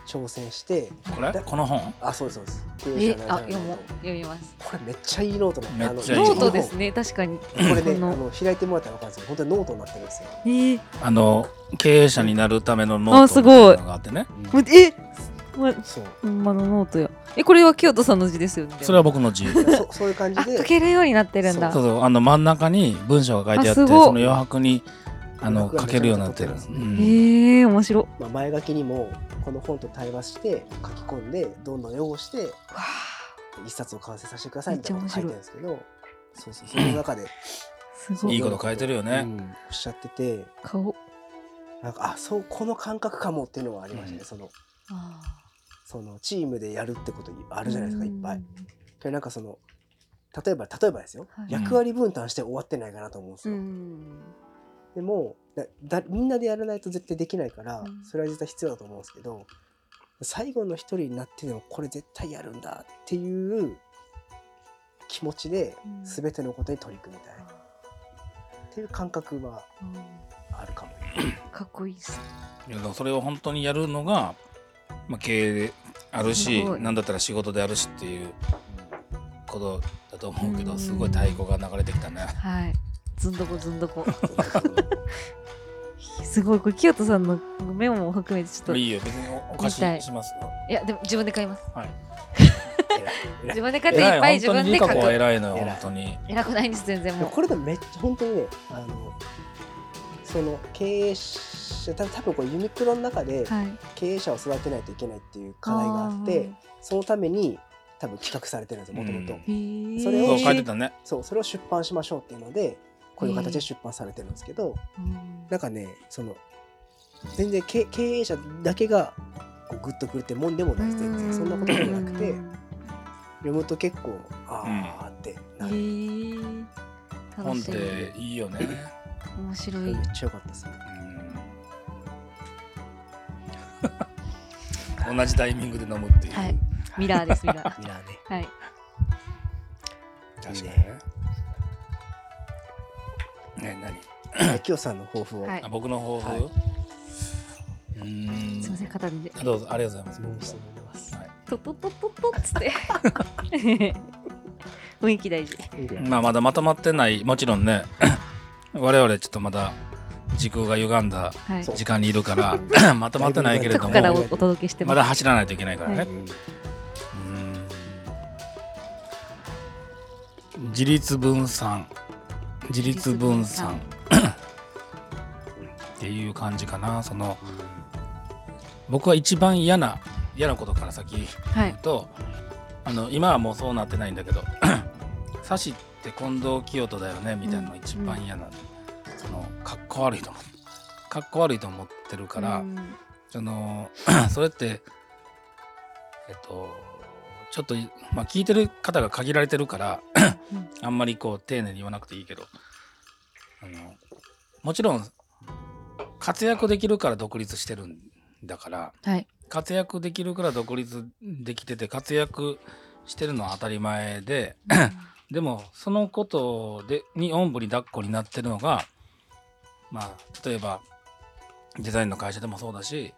挑戦してこれこの本あそうですそうです経え営者になりたいあな読もうと読みます。これめっちゃいいノートなんでめっあのちゃいいノートですこね確かに。これねあのの開いてもらったらわかるんですけど本当にノートになってるんですよ。えーあの経営者になるためのノあートすみたいごいなのがあってねもうえまそうほんまのノートや。えこれは清人さんの字ですよね。それは僕の字そうそそういう感じあで書けるようになってるんだ。そそうあの真ん中に文章が書いてあってあすそごいの余白にあの書けるようになってるうんええー、面白。わまあ、前書きにもこの本と対話して書き込んでどんどん汚してあ一冊を完成させてくださいみたいなこと書いてるんですけどそうそうその中ですそごういいいこと書いてるよねうんおっしゃってて顔。なんかあそうこの感覚かもっていうのはありましたね、うんそのあそのチームでやるってことああるじゃないですかいっぱい。。でなんかその例えば例えばですよ、はい役割分担して終わってないかなと思うんですうよ、ん。でもだだみんなでやらないと絶対できないから、うんそれは絶対必要だと思うんですけど最後の一人になってでもこれ絶対やるんだっていう気持ちでうん全てのことに取り組みたい、っていう感覚は [LAUGHS] あるかも。かっこいいっす。いやだからそれを本当にやるのが、まあ、経営であるしすごい何だったら仕事であるしっていうことだと思うけうどんすごい太鼓が流れてきたね。はい。ずんどこずんど [LAUGHS] こ。すごいこれ清人さんのメモも含めてちょっと。いいいよ別におお貸見たいしします。やでも自分で買います。はい、自分で買っていっぱい自分で書本当に理香子はく偉いのよ偉い本当に偉くないんです全然でももこれでもめっちゃ本当にねあのその経営者多分多分これユニクロの中でうはい経営者を育てないといけないっていう課題があってそのために多分企画されてるんですよもともとうんーへえそれそをう書いてたねそうそれを出版しましょうっていうのでこういう形で出版されてるんですけどうんなんかねその全然経経営者だけがこうグッとくるってもんでもない全然そんなことでもなくてうん読むと結構ああってなる、へえ楽本っしいていいよね、面白めいっちゃ良かったですねうん同じタイミングで飲むっていう、はいミラーですミラーミラ [LAUGHS] ーねはい確かにいいねねね何あきよさんの抱負を、はあ僕の抱負、はいうーんすいません肩であどうぞありがとうござい質問ましすてみます。はいトトトトトっつって雰囲気大事まあまだまとまってないもちろんね [CLEARS THROAT] 我々ちょっとまだ時空が歪んだはい時間にいるから [CLEARS THROAT] まとまってないけれどどこもからおお届けしてまますだ走らないといけないからね、はうん自立分散自立分散っていう感じかなその僕は一番嫌な嫌なことから先はいとあの今はもうそうなってないんだけど [CLEARS THROAT] 「サシって近藤清人だよね」みたいなのが一番嫌な、そのかっこ悪いと思うかっこ悪いと思ってるから、うんその [CLEARS THROAT] それってえっとちょっと、まあ、聞いてる方が限られてるから、うんあんまりこう丁寧に言わなくていいけどあのもちろん活躍できるから独立してるんだからはい活躍できるから独立できてて活躍してるのは当たり前ででもそのことでにおんぶに抱っこになってるのがまあ例えばデザインの会社でもそうだし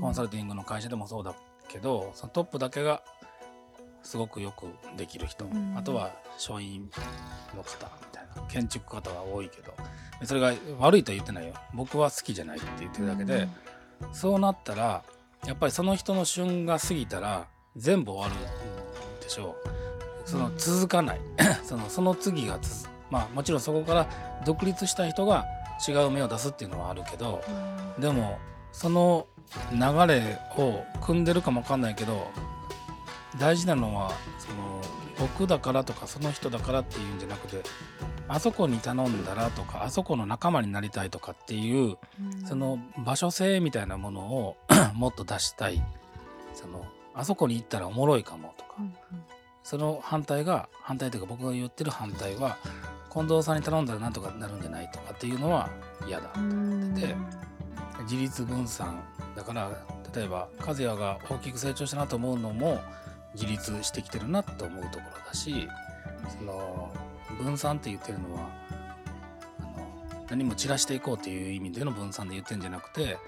コンサルルティングの会社でもそうだけどそのトップだけがすごくよくできる人、んあとは書院の方みたいな建築家方は多いけどそれが悪いとは言ってないよ僕は好きじゃないって言ってるだけで、そうなったらやっぱりその人の旬が過ぎたら全部終わるでしょうその続かない [CLEARS THROAT] そのその次がつづまあもちろんそこから独立した人が違う芽を出すっていうのはあるけど、でもその流れを組んでるかもわかんないけど大事なのはその僕だからとかその人だからっていうんじゃなくてあそこに頼んだらとかあそこの仲間になりたいとかっていうその場所性みたいなものを [CLEARS THROAT] もっと出したいそのあそこに行ったらおもろいかもとかその反対が反対というか僕が言ってる反対は近藤さんに頼んだらなんとかなるんじゃないとかっていうのは嫌だ。で自立分散だから例えば和也が大きく成長したなと思うのも自立してきてるなと思うところだしその分散って言ってるのはあの何も散らしていこうっていう意味での分散で言ってるんじゃなくて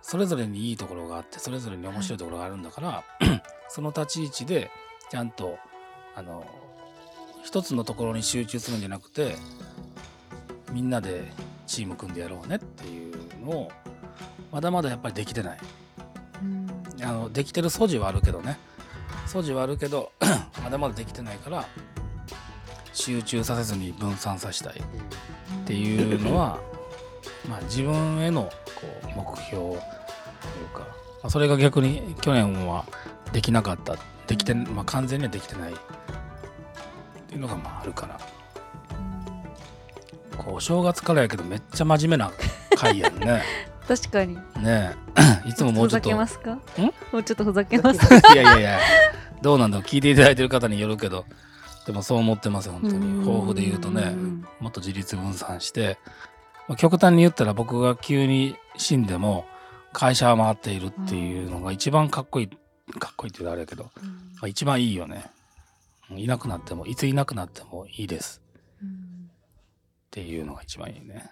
それぞれにいいところがあってそれぞれに面白いところがあるんだから、 [CLEARS THROAT] その立ち位置でちゃんとあの一つのところに集中するんじゃなくてみんなでチーム組んでやろうねっていうのをまだまだやっぱりできてないあのできてる素地はあるけどね素地はあるけど [CLEARS THROAT] まだまだできてないから集中させずに分散させたいっていうのは、まあ、自分へのこう目標というか、まあそれが逆に去年はできなかったできて、まあ、完全にはできてないっていうのがまああるからこうお正月からやけどめっちゃ真面目な回やんね確かにねえ [CLEARS THROAT] いつももうふちょざっとけいますかもうちょっとふざけます [LAUGHS] やいやいやどうなんだろう聞いていただいてる方によるけどでもそう思ってます本当に抱負で言うとねうんもっと自立分散して、まあ、極端に言ったら僕が急に死んでも会社は回っているっていうのが一番かっこいいかっこいいって言うとあれやけど、まあ、一番いいよねいなくなってもいついなくなってもいいですうんっていうのが一番いいね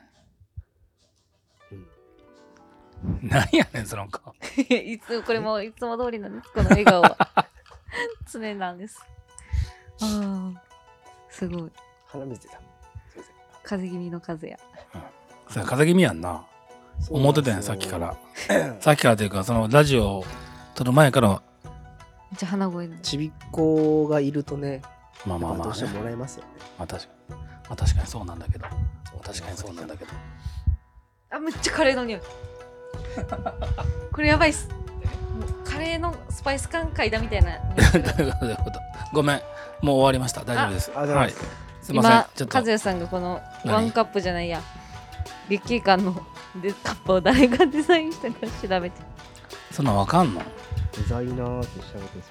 うん何やねんその顔 [LAUGHS] いやいつこれもいつも通りなんですこの笑顔は [LAUGHS] 常なんですああすごい鼻水だ。すいま風邪気味の風やそれ風邪気味やんなせん思ってたやんさっきか。らそうなんですよさっきからというかそのラジオを撮る前からっちゃ鼻声なの [CLEARS THROAT] ちびっ子がいるとね、まあまあやっまぱどあうしてねももらえますよね。まあ確かにまあ確かにそうなんだけど確かにそうなんだけどあめっちゃカレーの匂い [LAUGHS] これやばいっすもうカレーのスパイス感嗅いだみたいな [LAUGHS] 匂いするということでごめんもう終わりました大丈夫ですあはいすいま今せんちょ和っと也さんがこの何ワンカップじゃないや月桂冠のでカップを誰がデザインしたか調べて [LAUGHS] そんなんわかんのデザイナーって調べてるんです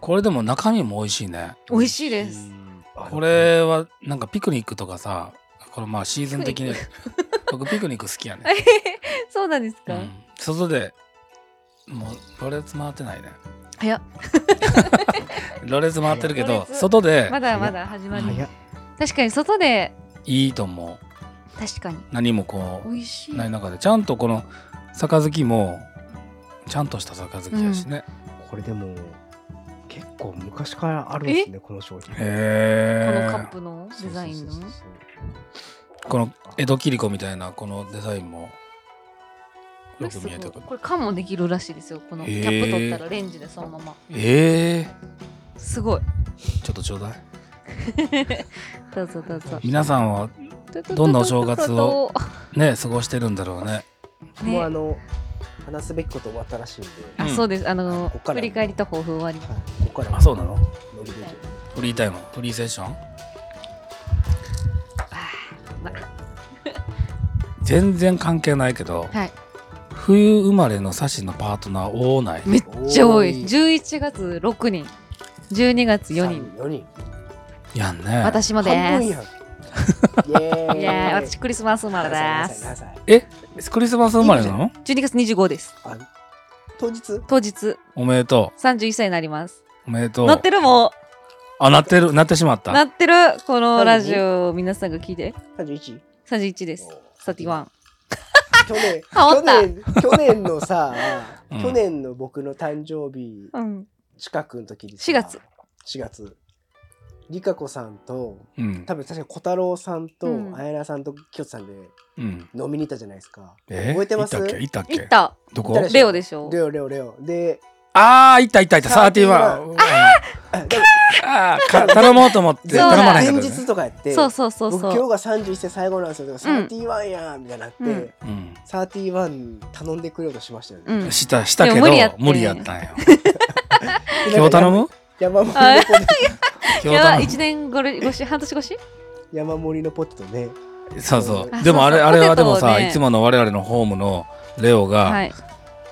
これでも中身も美味しいね美味しいです。これはなんかピクニックとかさこれまあシーズン的に [LAUGHS] 僕ピクニック好きやね、そうなんですうか、ん、外でもうろれつ回ってないね早っろれつ回ってるけろどれつ外でまだまだ始まうるん早っ確かに外でいいと思う確かに何もこ美味しういない中でちゃんとこの杯もちゃんとした杯だしね、これでも結構昔からあるんですねこの商品へこのえカップのデザインのそうそうそうこの江戸切子みたいなこのデザインもよく見えてくるこれ缶もできるらしいですよこのキャップ取ったらレンジでそのままええすごいちょっとちょうだいどうぞどうぞ皆さんはどんなお正月をね過ごしてるんだろうねそうもうあの話すべきこと終わったらしいんで、うあんそうですあのここから振り返りと抱負終わりはい、ここからあそうなのノリでいきますフリータイムフリーセッション全然関係ないけど、はい冬生まれのサシのパートナー多ないめっちゃ多い11月6人12月4人三四人やんね私もで半分すやんイいエーイやー私クリスマス生まれ何で歳す何歳何歳クリスマス生まれなの12月25ですあ当日当日おめでと31歳になりますうおめでとうなってるもあなってるなってしまっうたなってるこのラジオを皆さんが聞いて三十一31です31去年あお去った年去年のさ、 [LAUGHS] うん去年の僕の誕生日うん近くの時にさ4月4月りかこさんとうん多分確か小太郎さんとうん綾菜さんときょつさんでうん飲みに行ったじゃないですか、え覚えてますいたっけいたっけ行ったど行こったでしょレオでしょレオレオレオでああいたいたいたサーティワンあでもあーか頼もうと思ってそうだ頼まない前んだけど、日ねとかやってそうそうそう僕今そう日が31歳最後なんですよだから31やんみたいになって、うんうん31頼んでくれようとしましたよね、うんしたしたけでども無理やって無理 [LAUGHS] やったんよで今日頼む山盛りのポテい今日や頼む1年越し半年越しト山盛りのポテトねそうそあう。でもあれそうそうあれはでもポテさ、トをねいつもの我々のホームのレオが、はい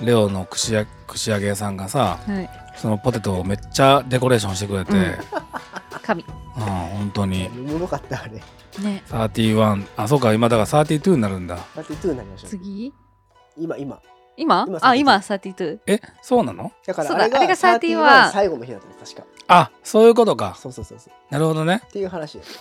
レオの串や串揚げ屋さんがさ、はいそのポテトをめっちゃデコレーションしてくれて、う、うんん神本当に。おもろかったあれね31あそうか今だから32になるんだだって2になりましたよ次今今今今あ32今32えそうなのだからそうあだれがあれが31 31最後の日だったの確かあそういうことかそうそうそうそうなるほどねっていう話です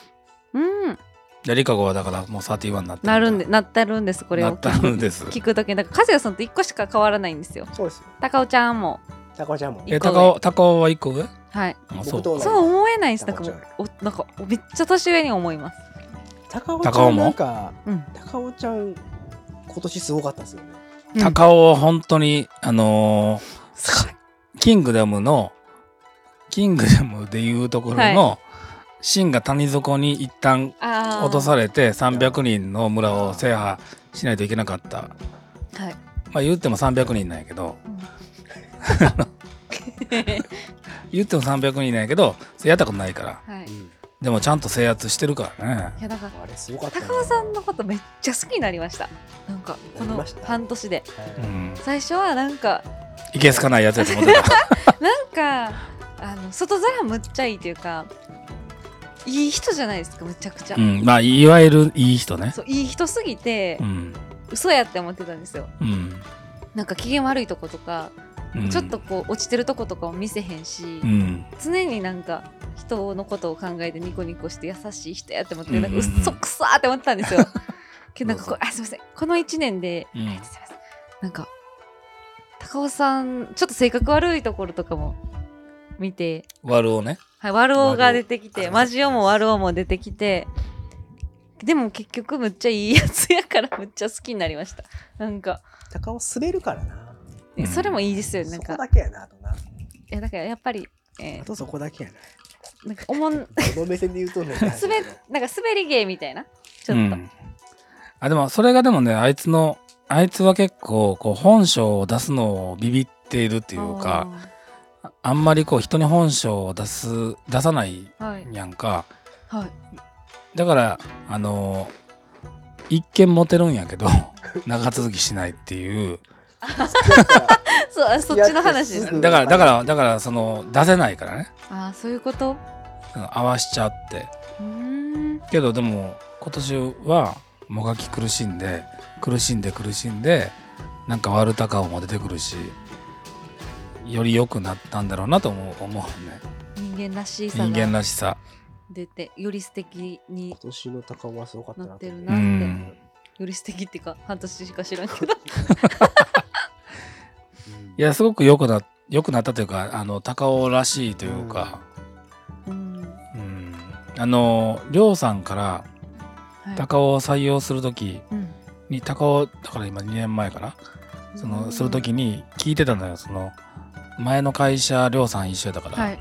うんでリカゴはだからもう31になってなるんでなってるんですこれなをったんです聞くだけだから和也さんと一個しか変わらないんですよそうですよ高尾ちゃんも高尾ちゃんもえ一個上高尾高尾は1個上はいあ僕と同じそう思えないですだ高か尾らちゃんもうおなんかおめっちゃ年上に思います高尾ち高ゃ尾んもなんかうん高尾ちゃん今年すごかったですよね高尾は本当にあのーキングダムのキングダムでいうところの、シンが谷底に一旦あー落とされて300人の村を制覇しないといけなかったはいまあ言っても300人なんやけどうん言っても300人なんやけどそれやったことないからはいでもちゃんと制圧してるからねいやだからあれすごかったな高尾さんのことめっちゃ好きになりましたなんかこなりのました半年ではういん最初はなん [LAUGHS] かいけすかないやつやと思ってたなんかあの外面むっちゃいいというかいい人じゃないですかめちゃくちゃ、うんまあいわゆるいい人ねそういい人すぎて、うん嘘やって思ってたんですようんなんか機嫌悪いとことか、うんちょっとこう落ちてるとことかも見せへんし、うん常になんか人のことを考えてニコニコして優しい人やって思って、うんうんなうんんかうっそくさーって思ってたん [LAUGHS] ですよけどなんかこうあすいませんこの1年で、うんあすいませんなんか高尾さんちょっと性格悪いところとかも見て悪をねはい、悪王が出てき悪て、王マジオも悪王も出てきて、でも結局むっちゃいいやつやからむっちゃ好きになりました。なんか、高尾滑るからねなうんそれもいいですよね。なそんこか、だけやなあとなやだからやっぱり、えあとそこだけやな。ーなんかおもんこの目線で言うとね。すべなんか [LAUGHS] 滑り芸みたいなちょっと、うん、あでもそれがでもねあいつのあいつは結構こう本性を出すのをビビっているっていうかああんまりこう人に本性を出す出さないあーはいやんかはいだからあの一見モテるんや [LAUGHS] けど長続きしないっていうそうあそっちの話ですうんだからだからだからその出せないからねああそういうことうん合わしちゃってうーんけどでも今年はもがき苦しんで苦しんで苦しんでなんか悪た顔も出てくるしより良くなったんだろうなと思う思うね人間らしさ人間がらしさ出てより素敵に [LAUGHS] 今年の高尾はすごかったななっとて思うるうなってんより素敵っていうか半年しか知らんけどいやすごく良くな良くなったというかあの高尾らしいというか、うん、 [LAUGHS] うんあの亮さんからはい高尾を採用する時うんに高尾だから今2年前かなそのする時に聞いてたのよその前の会社亮さん一緒だから、はい、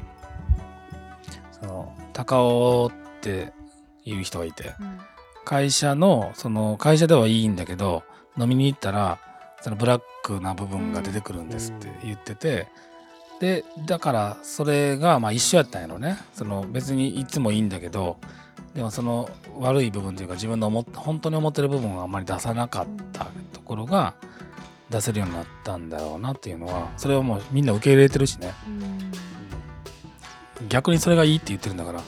その高尾っていう人がいてうん会社のその会社ではいいんだけど飲みに行ったらそのブラックな部分が出てくるんですって言ってて、でだからそれがまあ一緒やったんやろねその別にいつもいいんだけどでもその悪い部分というか自分の思っ本当に思ってる部分をあんまり出さなかったところが出せるようになったんだろうなっていうのはそれはもうみんな受け入れてるしねうん逆にそれがいいって言ってるんだから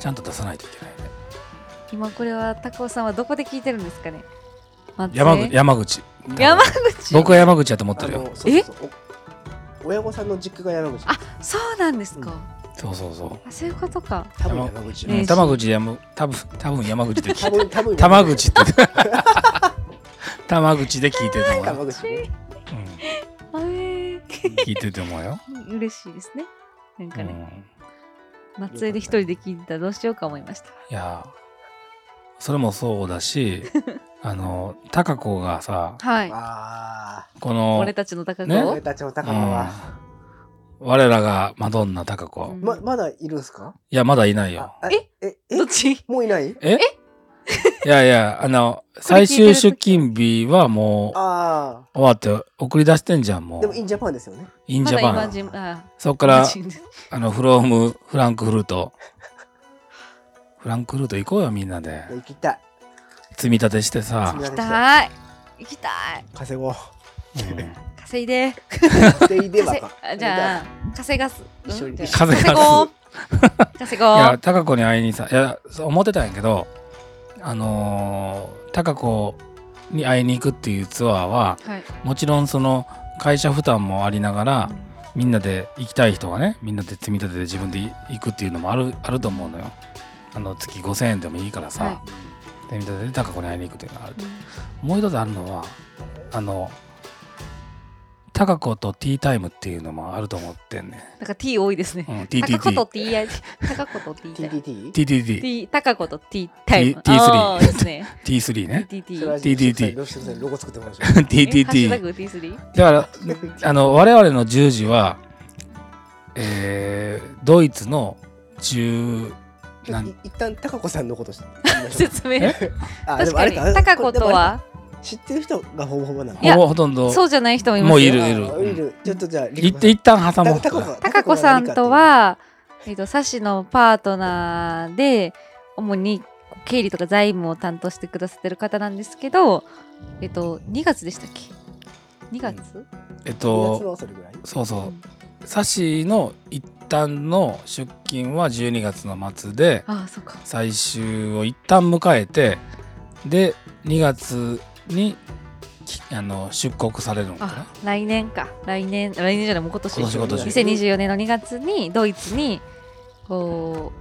ちゃんと出さないといけないね今これは高尾さんはどこで聞いてるんですかね松江山口山口山口僕は山口やと思ってあるよのそうそうそうお親御さんの実家が山口あそうなんですか、そうそうそあそういうことか多分山口う、ねうえん、玉口やむ多分多分山口で多聞い [LAUGHS] 分多分て玉口って言って玉口で聞いてると思うよ、山口ねあえうん、聞いてると思うよ、ー、 [LAUGHS] 嬉しいですねなんうかね、ん、松江で一人で聞いたらどうしようか思いましたいやそれもそう [LAUGHS] だしあの貴子がさはいあこの俺たちの高尾、ねあ俺たちの高尾はうん、我らがマドンナ貴子、ういんままだいるんすかやまだいないよああえええどっちもういないえいやいや、あの、聞い最てる終出勤日はもあう終わって送り出してんじゃん、もあう。でもインジャパンですよねインまジャだパン。今じあそこからマ、ジであの、フローム、フランクフルート。フランクフルート行こうよ、みんなでいや。行きたい積み立てしてさ積み。行き立てしてたい行きたい稼ごううん稼いで稼いでば稼いかあじゃあ稼がす、うん一緒にじゃあ稼がす稼ごう稼ごいや、う貴子に会いにさ、いや、そう思ってたんやけど、あのー、貴子に会いに行くっていうツアーは、はいもちろんその、会社負担もありながら、みんなで行きたい人がねみんなで積み立てて自分で行くっていうのもあるあると思うのよあの月5000円でもいいからさ、は積み立てで高子に会いに行くっていうのがあるう、んもう一つあるのはあの高子とティータイムっていうのもあると思ってんね、なんか T 多いですねうん、高子と TTT T や高子と T だ TTT? TTT T 高子と T タイム T- T3 あーです [LAUGHS] ね T3 ね TTT それは TTT ロシアさんロゴ作ってもらいましえょハッシュタ TTT グ T3 だからあの我々の10時はえー、ドイツの10うなんい一旦高子さんのことして [LAUGHS] 説明えあで確もあかれに高子これでともあはれか知ってる人がほぼほぼなのいやほぼほとんどそうじゃない人もいますよもういるいあるいるちょっとじゃあリ一コさん一旦挟もうた高子が高子さんとは、えっとサシのパートナーで主に経理とか財務を担当してくださってる方なんですけど、えっと2月でしたっけ2月、えっ2月とのそれぐらいそううそんうサシの一旦の出勤は12月の末でああそうか最終を一旦迎えてで2月にきあの出国されるのかあな来年か来年来年じゃないもう今年今年今年2024年の2月にドイツにこ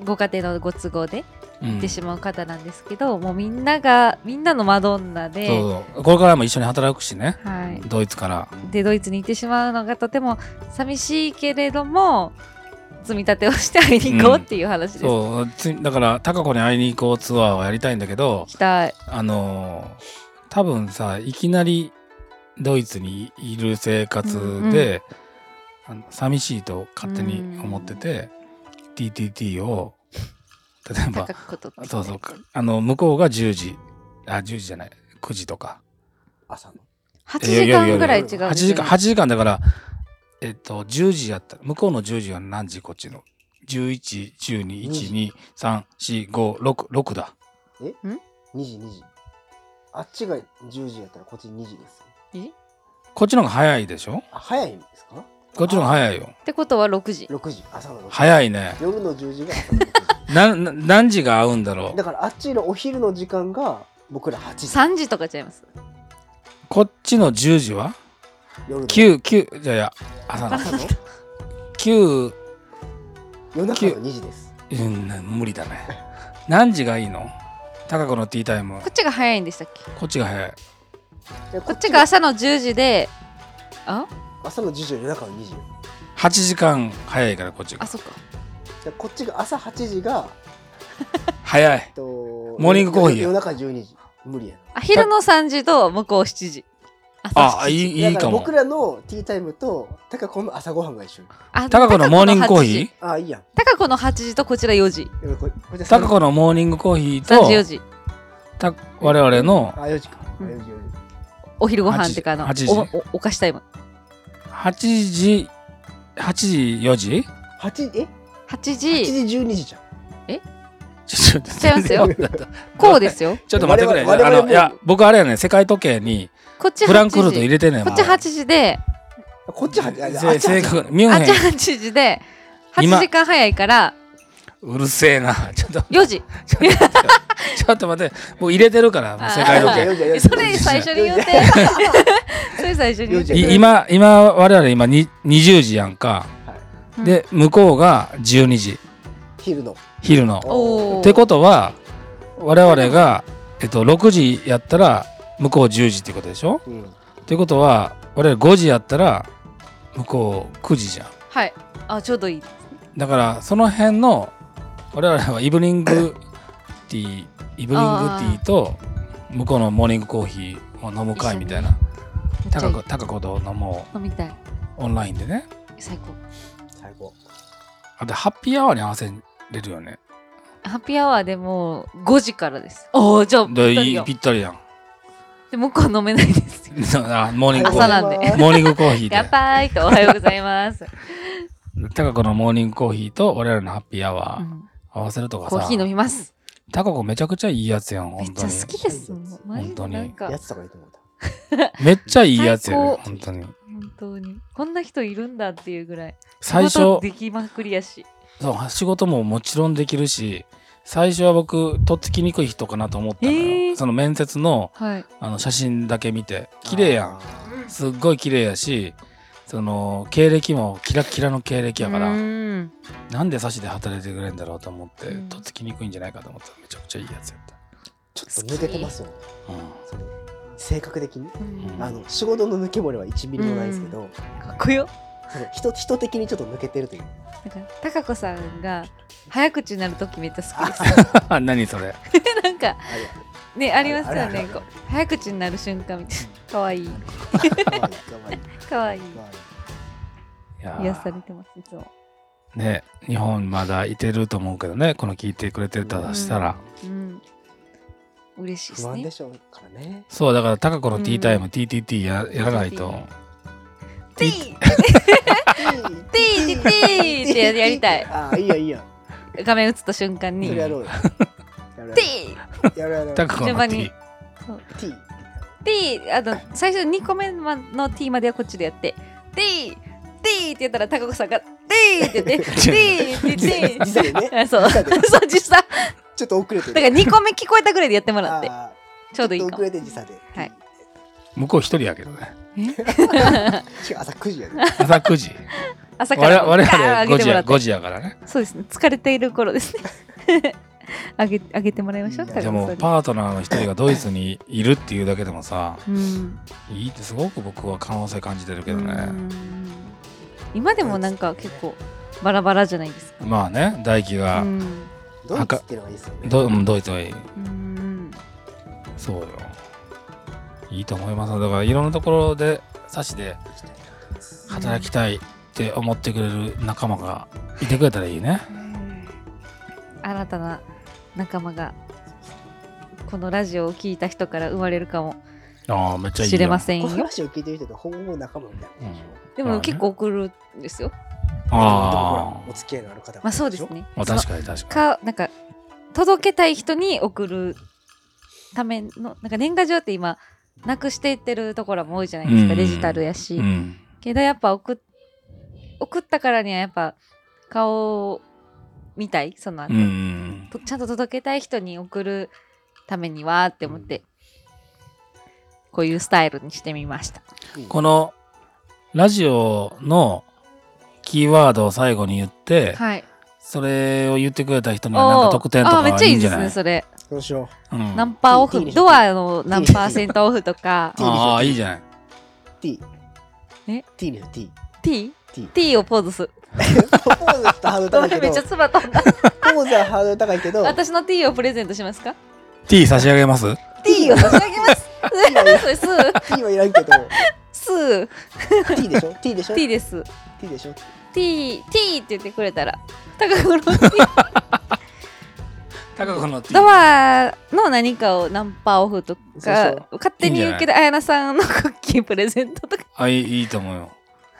うご家庭のご都合でうん行ってしまう方なんですけど、もうみんながみんなのマドンナでそうそうこれからも一緒に働くしねはい、ドイツからでドイツに行ってしまうのがとても寂しいけれども積み立てをして会いに行こうっていう話です。そうつだから高子に会いに行こうツアーをやりたいんだけ行どきたいあのー多分さいきなりドイツにいる生活で、あの寂しいと勝手に思ってて TTT を例えば高くことってそうそうかあの向こうが10時あ10時じゃない9時とか朝の8いや時いやいや間ぐらい違うんですよね、 8時間8時間だからえっと10時やったら向こうの10時は何時こっちの1112123456だ2時2時あっちが10時やったらこっち2時ですよえこっちの方が早いでしょあ早いんですかこっちの方が早いよってことは6時6時朝の6時早いね夜の10時が朝の [LAUGHS] 6なな何時が合うんだろ時うだからあっちのお昼の時間が僕ら8時3時とかちゃいますこっちの10時は夜の99じゃいや [LAUGHS] 朝 [LAUGHS] の朝の9夜中の2時ですうんな無理だね何時がいいの高子のティータイムこっちが早いんでしたっけこっちが早いでこっちが朝の10時であ朝の10時より夜中の2時よ8時間早いからこっちあがそっかでこっちが朝8時が、早いえっと、モーニングコーヒーや夜中12時無理やなあ昼の3時と向こう7時朝あ7い時いいいだかからも僕らのティータイムとタカ子の朝ごはんが一緒あ高子のモーニングコーヒーああいいやん高子の8時とこちら4時でもこれこれじゃ高子のモーニングコーヒ3時4ーと時た我々のあ4時かあうん4時4時お昼ご飯ってかあの8時おおお菓子タイム8時8時4時8え8 8時時12時じゃんちょっとちゃいますよこうですよちょっと待ってくれ我々あ我々のもいや僕あれやね世界時計にこっちフランクフルト入れれてんねんこっち8時でこっち8時あいやあっせち正8時確にミュあンっちヘン8時で8今時間早いからうるせえな [LAUGHS] ちょっと4時ちょっとちょっと待ってもう入れてるからもう世界時計4時4時えそれ最初に言うて [LAUGHS] それ最初に言う4時てい今今我々今に20時やんか、いで向こうが12時昼の昼の。おおってことは我々が、えっと、6時やったら向こう10時ってことでしょうんってことは我々5時やったら向こう9時じゃん。はいあちょうどいいだからその辺の我々はイブニングティーイブニングティーと向こうのモーニングコーヒーを飲む会みたいなめっちゃい高い子高子と飲も飲みたいうオンラインでね。最高最高あとハッピーアワーに合わせれるよね。ハッピーアワーでもう5時からですおおじゃあぴったでりいいよぴったりやん。 [LAUGHS] で向こう飲めないですよあモーニングコ朝ーヒなんでー。モーニングコーヒーやでっ。ぱーいとおはようござい [LAUGHS] ます、高子のモーニングコーヒーと俺らのハッピーアワうーん合わせるとかコーさヒー飲。みます高子めちゃくちゃいいやつやん、めっ本ち当ゃに。好きですもんマジ本当でになんか [LAUGHS] や本つとかいいと思っためっちゃいいやつや最ね、高本当に。当にこんな人いるんだっていうぐらい最仕事初、できまくりやしそう仕事ももちろんできるし、最初は僕、とっつきにくい人かなと思ったのよ。へーその面接のはいあの写真だけ見て、綺麗やん。あすっごい綺麗やし、その経歴もキラッキラの経歴やから。うんなんでサシで働いてくれるんだろうと思って、うんとっつきにくいんじゃないかと思ったらめちゃくちゃいいやつやった。ーちょっと抜けてますよねうんそれ性格的にうんあの仕事の抜け漏れは1ミリもないですけどかっこよその人人的にちょっと抜けてるというなんか高子さんが早口になるときめっちゃ好きですあ [LAUGHS] 何それ [LAUGHS] なんかあれねやありますよあるあねるこう早口になる瞬間みたいなかわいいかわ [LAUGHS] いいかわいいかわいいかわいいいやー癒されてますいつもね日本まだいてると思うけどねこの聞いてくれてたとしたら、うん嬉しいで不す安でねしょうからねそうだから高子のうん T タイム、TTT ややらないとティーティーティーってやりたいああいいやいいや画面映った瞬間にそれやろうよティーやろうやろう高子順の番に T ティーティーあの最初2個目のティーまではこっちでやってティーティーって言ったら高子さんがティーって言ってティーって言って [LAUGHS] 時差でねあそう時差でそう実際ちょっと遅れてだから2個目聞こえたぐらいでやってもらってあちょうどいいちょっかとも遅れて時差ではい向こう一人やけど [LAUGHS] ね今日朝9時やで朝9時朝か我ら々我ガーッ々上5げ時てもらやって5時やからねそうですね疲れている頃ですね [LAUGHS] 上げ上げてもらいましょういや高子でさんもにパートナーの一人がドイツにいるっていうだけでもさうんいいってすごく僕は可能性感じてるけどね、うん今でもなんか結構バラバラじゃないですか。まあね大輝が、うんドイツってのがいいですよねどうんドイツはいいうんそうよいいと思いますだからいろんなところでサシで働きたいっって思ってくれる仲間がいてくれたらいいね。新たな仲間がこのラジオを聞いた人から生まれるかもああ、めっちゃいいよ。しれませんこのよ。[LAUGHS] 話を聞いてる人ってほぼ仲間みたいなもんでしょでまあもね結構送るんですよ。あでもほらお付き合いのある方々まあそうですしょね。あ、確かに確かかなんか届けたい人に送るためのなんか年賀状って今なくしていってるところも多いじゃないですか、うんデジタルやし、に。うん。けどやっぱ送っ送ったからにはやっぱ顔を見たいその後、うん。とちゃんと届けたい人に送るためにはって思って、こういうスタイルにしてみましたうんこのラジオのキーワードを最後に言って、はいそれを言ってくれた人にはなんか特典とかあめっちゃいいいいんじでゃすないねそれ、どうしようんナンパオいいフでしょドアの何パーセントオフとかいいでしょああ、いいじゃない。う T え T です T T? T T をポーズするポーズはハードごル高めんいけめっどちゃ唾飛んだポーズはハードル高いけど私の T をプレゼントしますか T 差し上げます ?T を差し上げますそれスー T はいらんけどスー T でしょ ?T でしょ T です T でしょ T T って言ってくれたら高頃に高子の T。ドアの何かをナンパオフとかそうそ勝手に言うけど綾菜さんのクッキープレゼントとかあ、いいいいと思うよ。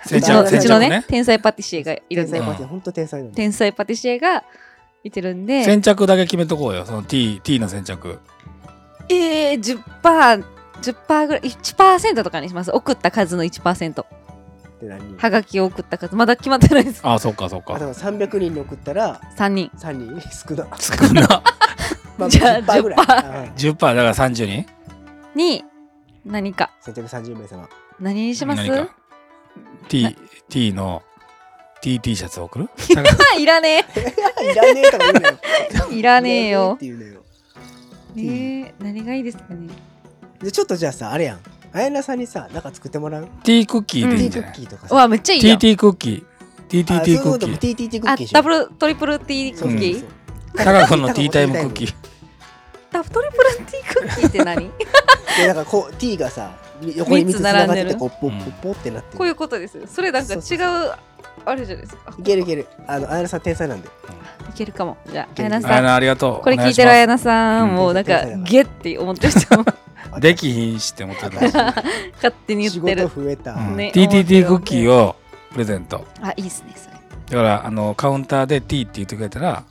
う成ちの長成う成ち長のねね。天才パティシエがいる天んで才うんパティ本当天才なんで天才パティシエがいてるんで先着だけ決めとこうよ。その T、T の先着。えー、10%10% ぐらい1%とかにします送った数の1%って何はがきを送った数まだ決まってないですああ、そっかそっあだかか。ら300人に送ったら3人3人少な少な。まじゃあ10%ぐらい10%うん10%だから30人に何か先着30名様何にします何か ?T、T の TT シャツを送るあいらねいらねえとか言うなよえいらねえよいらねえって言うのよ [LAUGHS] えー、何がいいですかねでちょっとじゃあさあれやんあやなさんにさなんか作ってもらう T クッキーでいい T んじクゃないッキーとかうさわめっちゃいいやん ?TT クッキー。TTT クッキー。 TTT クッあキーしよダうブルトリプル T クそうッそうキそうー高子のティータイムクッキー。ダブトリプル T クッキーって何でなんかこう T がさ横に3つつながってて三つ並んでるこうポッポッポッってなってるこういうことですよそれなんか違うそうそうあれじゃないですかいけるいけるあのあやなさん天才なんでいけるかもじゃあいけ綾る菜あやさんなありがとう。これ聞いておる願綾菜さうんんもうなんかゲって思ってる人 [LAUGHS] もますできひんしって思ってる。私勝手に仕言って事る増えた、うんね TTT クッキーをプレゼント。あいいですねそれだから、あの、カウンターで T って言ってくれたら、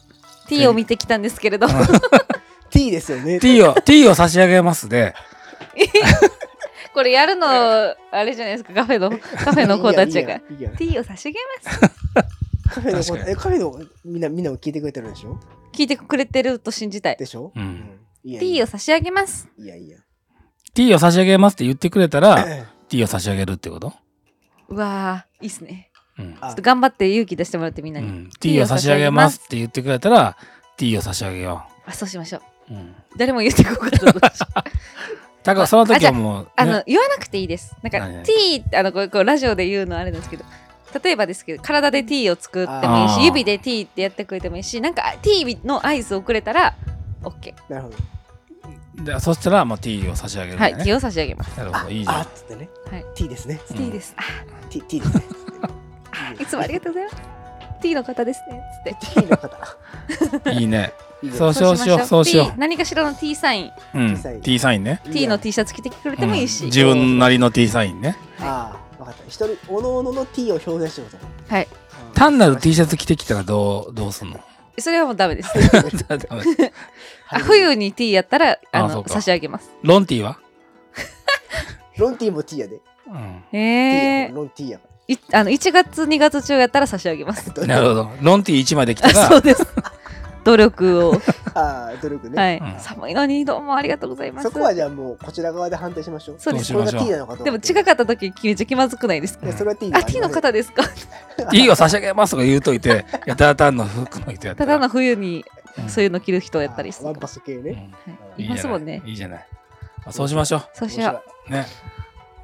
T を見てきたんですけれど T ですよね T を、T を差し上げますで、これやるのあれじゃないですかカフェ [LAUGHS] のカフェの子たちがいいやんいいやんいいやん T を差し上げますカフェの確か子にえカフェのみんなみんなも聞いてくれてるでしょ聞いてくれてると信じたいでしょ、うんいいやんいい T やを差し上げますんいいやんいいやん T を差し上げますって言ってくれたら、T を差し上げるってことうわーいいっすねうん。ちょあっと頑張って勇気出してもらってみんなうに、ん T を差し上げますって言ってくれたら、T を差し上げよあそうしましょうう。うん。誰も言ってこなかったとしだから、その時はもう、あの、ね言わなくていいですなんか何々 T あのこうこうラジオで言うのはあれなんですけど例えばですけど体で T を作ってもいいあしー指で T ってやってくれてもいいしなんか T の合図をくれたら OK、なるほどでそしたら、もう T を差し上げるんはだいね。気を差し上げますなるあほど、いいじゃあんっ。つってね、はい、 T ですねうん T ですあ T, T ですねいつもありがとうございます T の方ですねつって T の方いいね。いいよそうしよう、そうしよ T 何かしらの T サインう。うん小さい。 T サインね。いい T やのん T シャツ着てくれてもいいし、うん自分なりの T サインね。ああ分かった一人おのおのの T を表現してると思うはいうん単なる T シャツ着てきたらどうどうすんのそれはもうダメですダメ [LAUGHS] あ冬に T やったらああそのうか差し上げますロン T は、ロン T も T やでう、え T やーロン T やからいあの1月2月中やったら差し上げますどうんなるほどロン T1 枚できたあ [LAUGHS] そうらです。努力を、ああ努力ね、はい、うん寒いのにどうもありがとうございます。そこはじゃあもうこちら側で判定しましょうそうですこれが T なのかどうかでも近かった時めっちゃ気まずくないですかい。やそれは T あ、T の方ですか。いいよ差し上げますとか言うといてやたら単の服の人やったただらの冬にうんそういうの着る人だやったりすワるンかパス系ねうら。はんいいますもんね。いいじゃないいいじゃない、まあ、そうしましょそうしよう。うね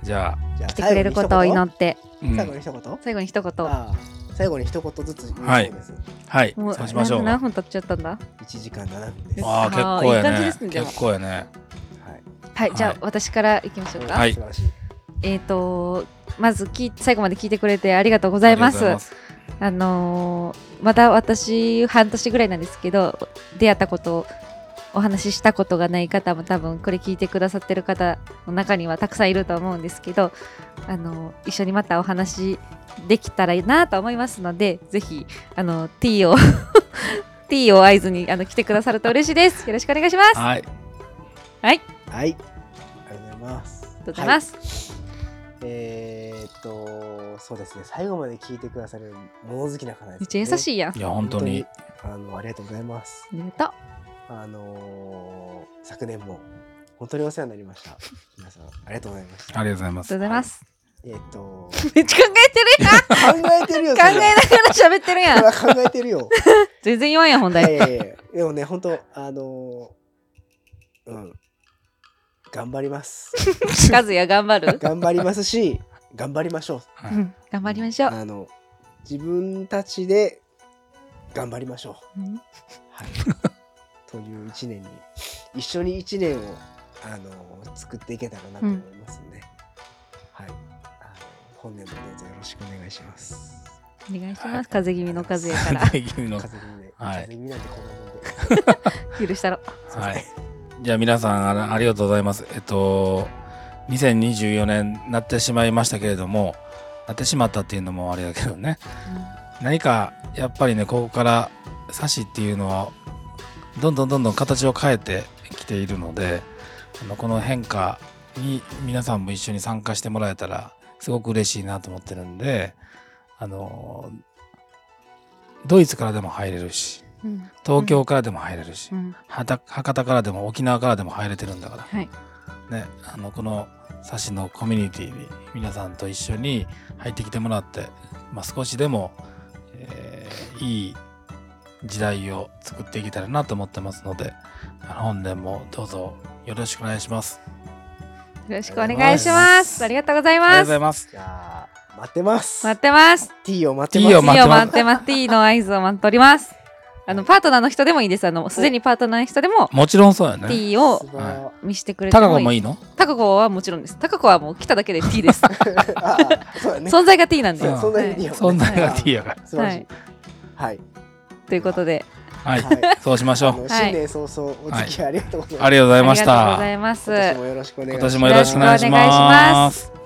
じゃあ、面白いじゃあ来てくれることを祈って、うん最後に一言最後に一最後に一言。言もああ最後に一言ずつ言うはいそうですはいうそうしましょう何分経っちゃったんだ。 1時間7分ですあはあ結構やいい感じねですねでも結構やねはい、じゃあ私から行きましょういか。はい素晴らしいえっ、とまずき最後まで聞いてくれてありがとうございます。ありあがとうございますのーまた私半年ぐらいなんですけど出会ったことお話ししたことがない方も多分これ聞いてくださってる方の中にはたくさんいると思うんですけど、あのー一緒にまたお話できたらいいなと思いますのでぜひあの T を [LAUGHS] T を合図にあの来てくださると嬉しいです。よろしくお願いします。あはい。はい。ありがとうございます。りがとうございます。はいえーっと、そうですね。最後まで聞いてくださる物好きな方です、ね。めっちゃ優しい。いやん。あいや本当に。あの、ありがとうございます。りがとあのー昨年も本当にお世話になりました。皆さん、ありがとうございましあた。りがとうございますうご。ざいます。えーっと、 [LAUGHS] めっち [LAUGHS] ゃ考えてるやん。考えてるよ。考えながら喋ってるやん。てる。考えてるよ。 [LAUGHS] 全然言わんやん、本いやい題。やいやでもね、本当あのーうん、頑張ります。カズヤ頑張る。頑張りますし、頑張りましょう。はういん頑張りましょう。あの自分たちで頑張りましょうんう。はい、という一年に一緒に一年をあの作っていけたらなと思いますんで、はい、あの本年もどうぞよろしくお願いします。お願いしはまいす。風邪気味のカズヤから風邪気味の風邪気味で、はい風邪気味なんてこんなもん [LAUGHS] で。許したろ。はい。じゃあ皆さんあらありがとうございます。えっと2024年なってしまいましたけれども、なってしまったっていうのもあれだけどね。 [LAUGHS] 何かやっぱりねここからサシっていうのはどんどんどんどん形を変えてきているので、あのこの変化に皆さんも一緒に参加してもらえたらすごく嬉しいなと思ってるんで、あのドイツからでも入れるし、うん東京からでも入れるし。うんはた博多からでも沖縄からでも入れてるんだから、はい。ね、あのこのサシのコミュニティに皆さんと一緒に入ってきてもらって、まあ、少しでも、えーいい時代を作っていけたらなと思ってますのであの本年もどうぞよろしくお願いします。よろしくお願いします。あありりがとうございあまりがとうございす。ます。じゃあ待ってます。待ってます。 T を待ってます。 T を次待ってをます待ってます。T の合図を待っております。あの、パートナーの人でもいいです。あの、すでにパートナーの人でももちろんそうやね。 T をすごいあ見してくれてタカゴももいいい。いのタカゴはもちろんです。タカゴはもう来ただけで T です。 [LAUGHS] あそうだね。存在が T なんで。そう存在が T はよいそんなが T やから。 [LAUGHS] 素晴らしい。はい。ということで、はい、はいそうしましょあう。の新年早々お付き合いありがとうございます。ありがとうございましありがとうござ。たいます。今年もよろしくお願い今年もよろしますしくお願いします。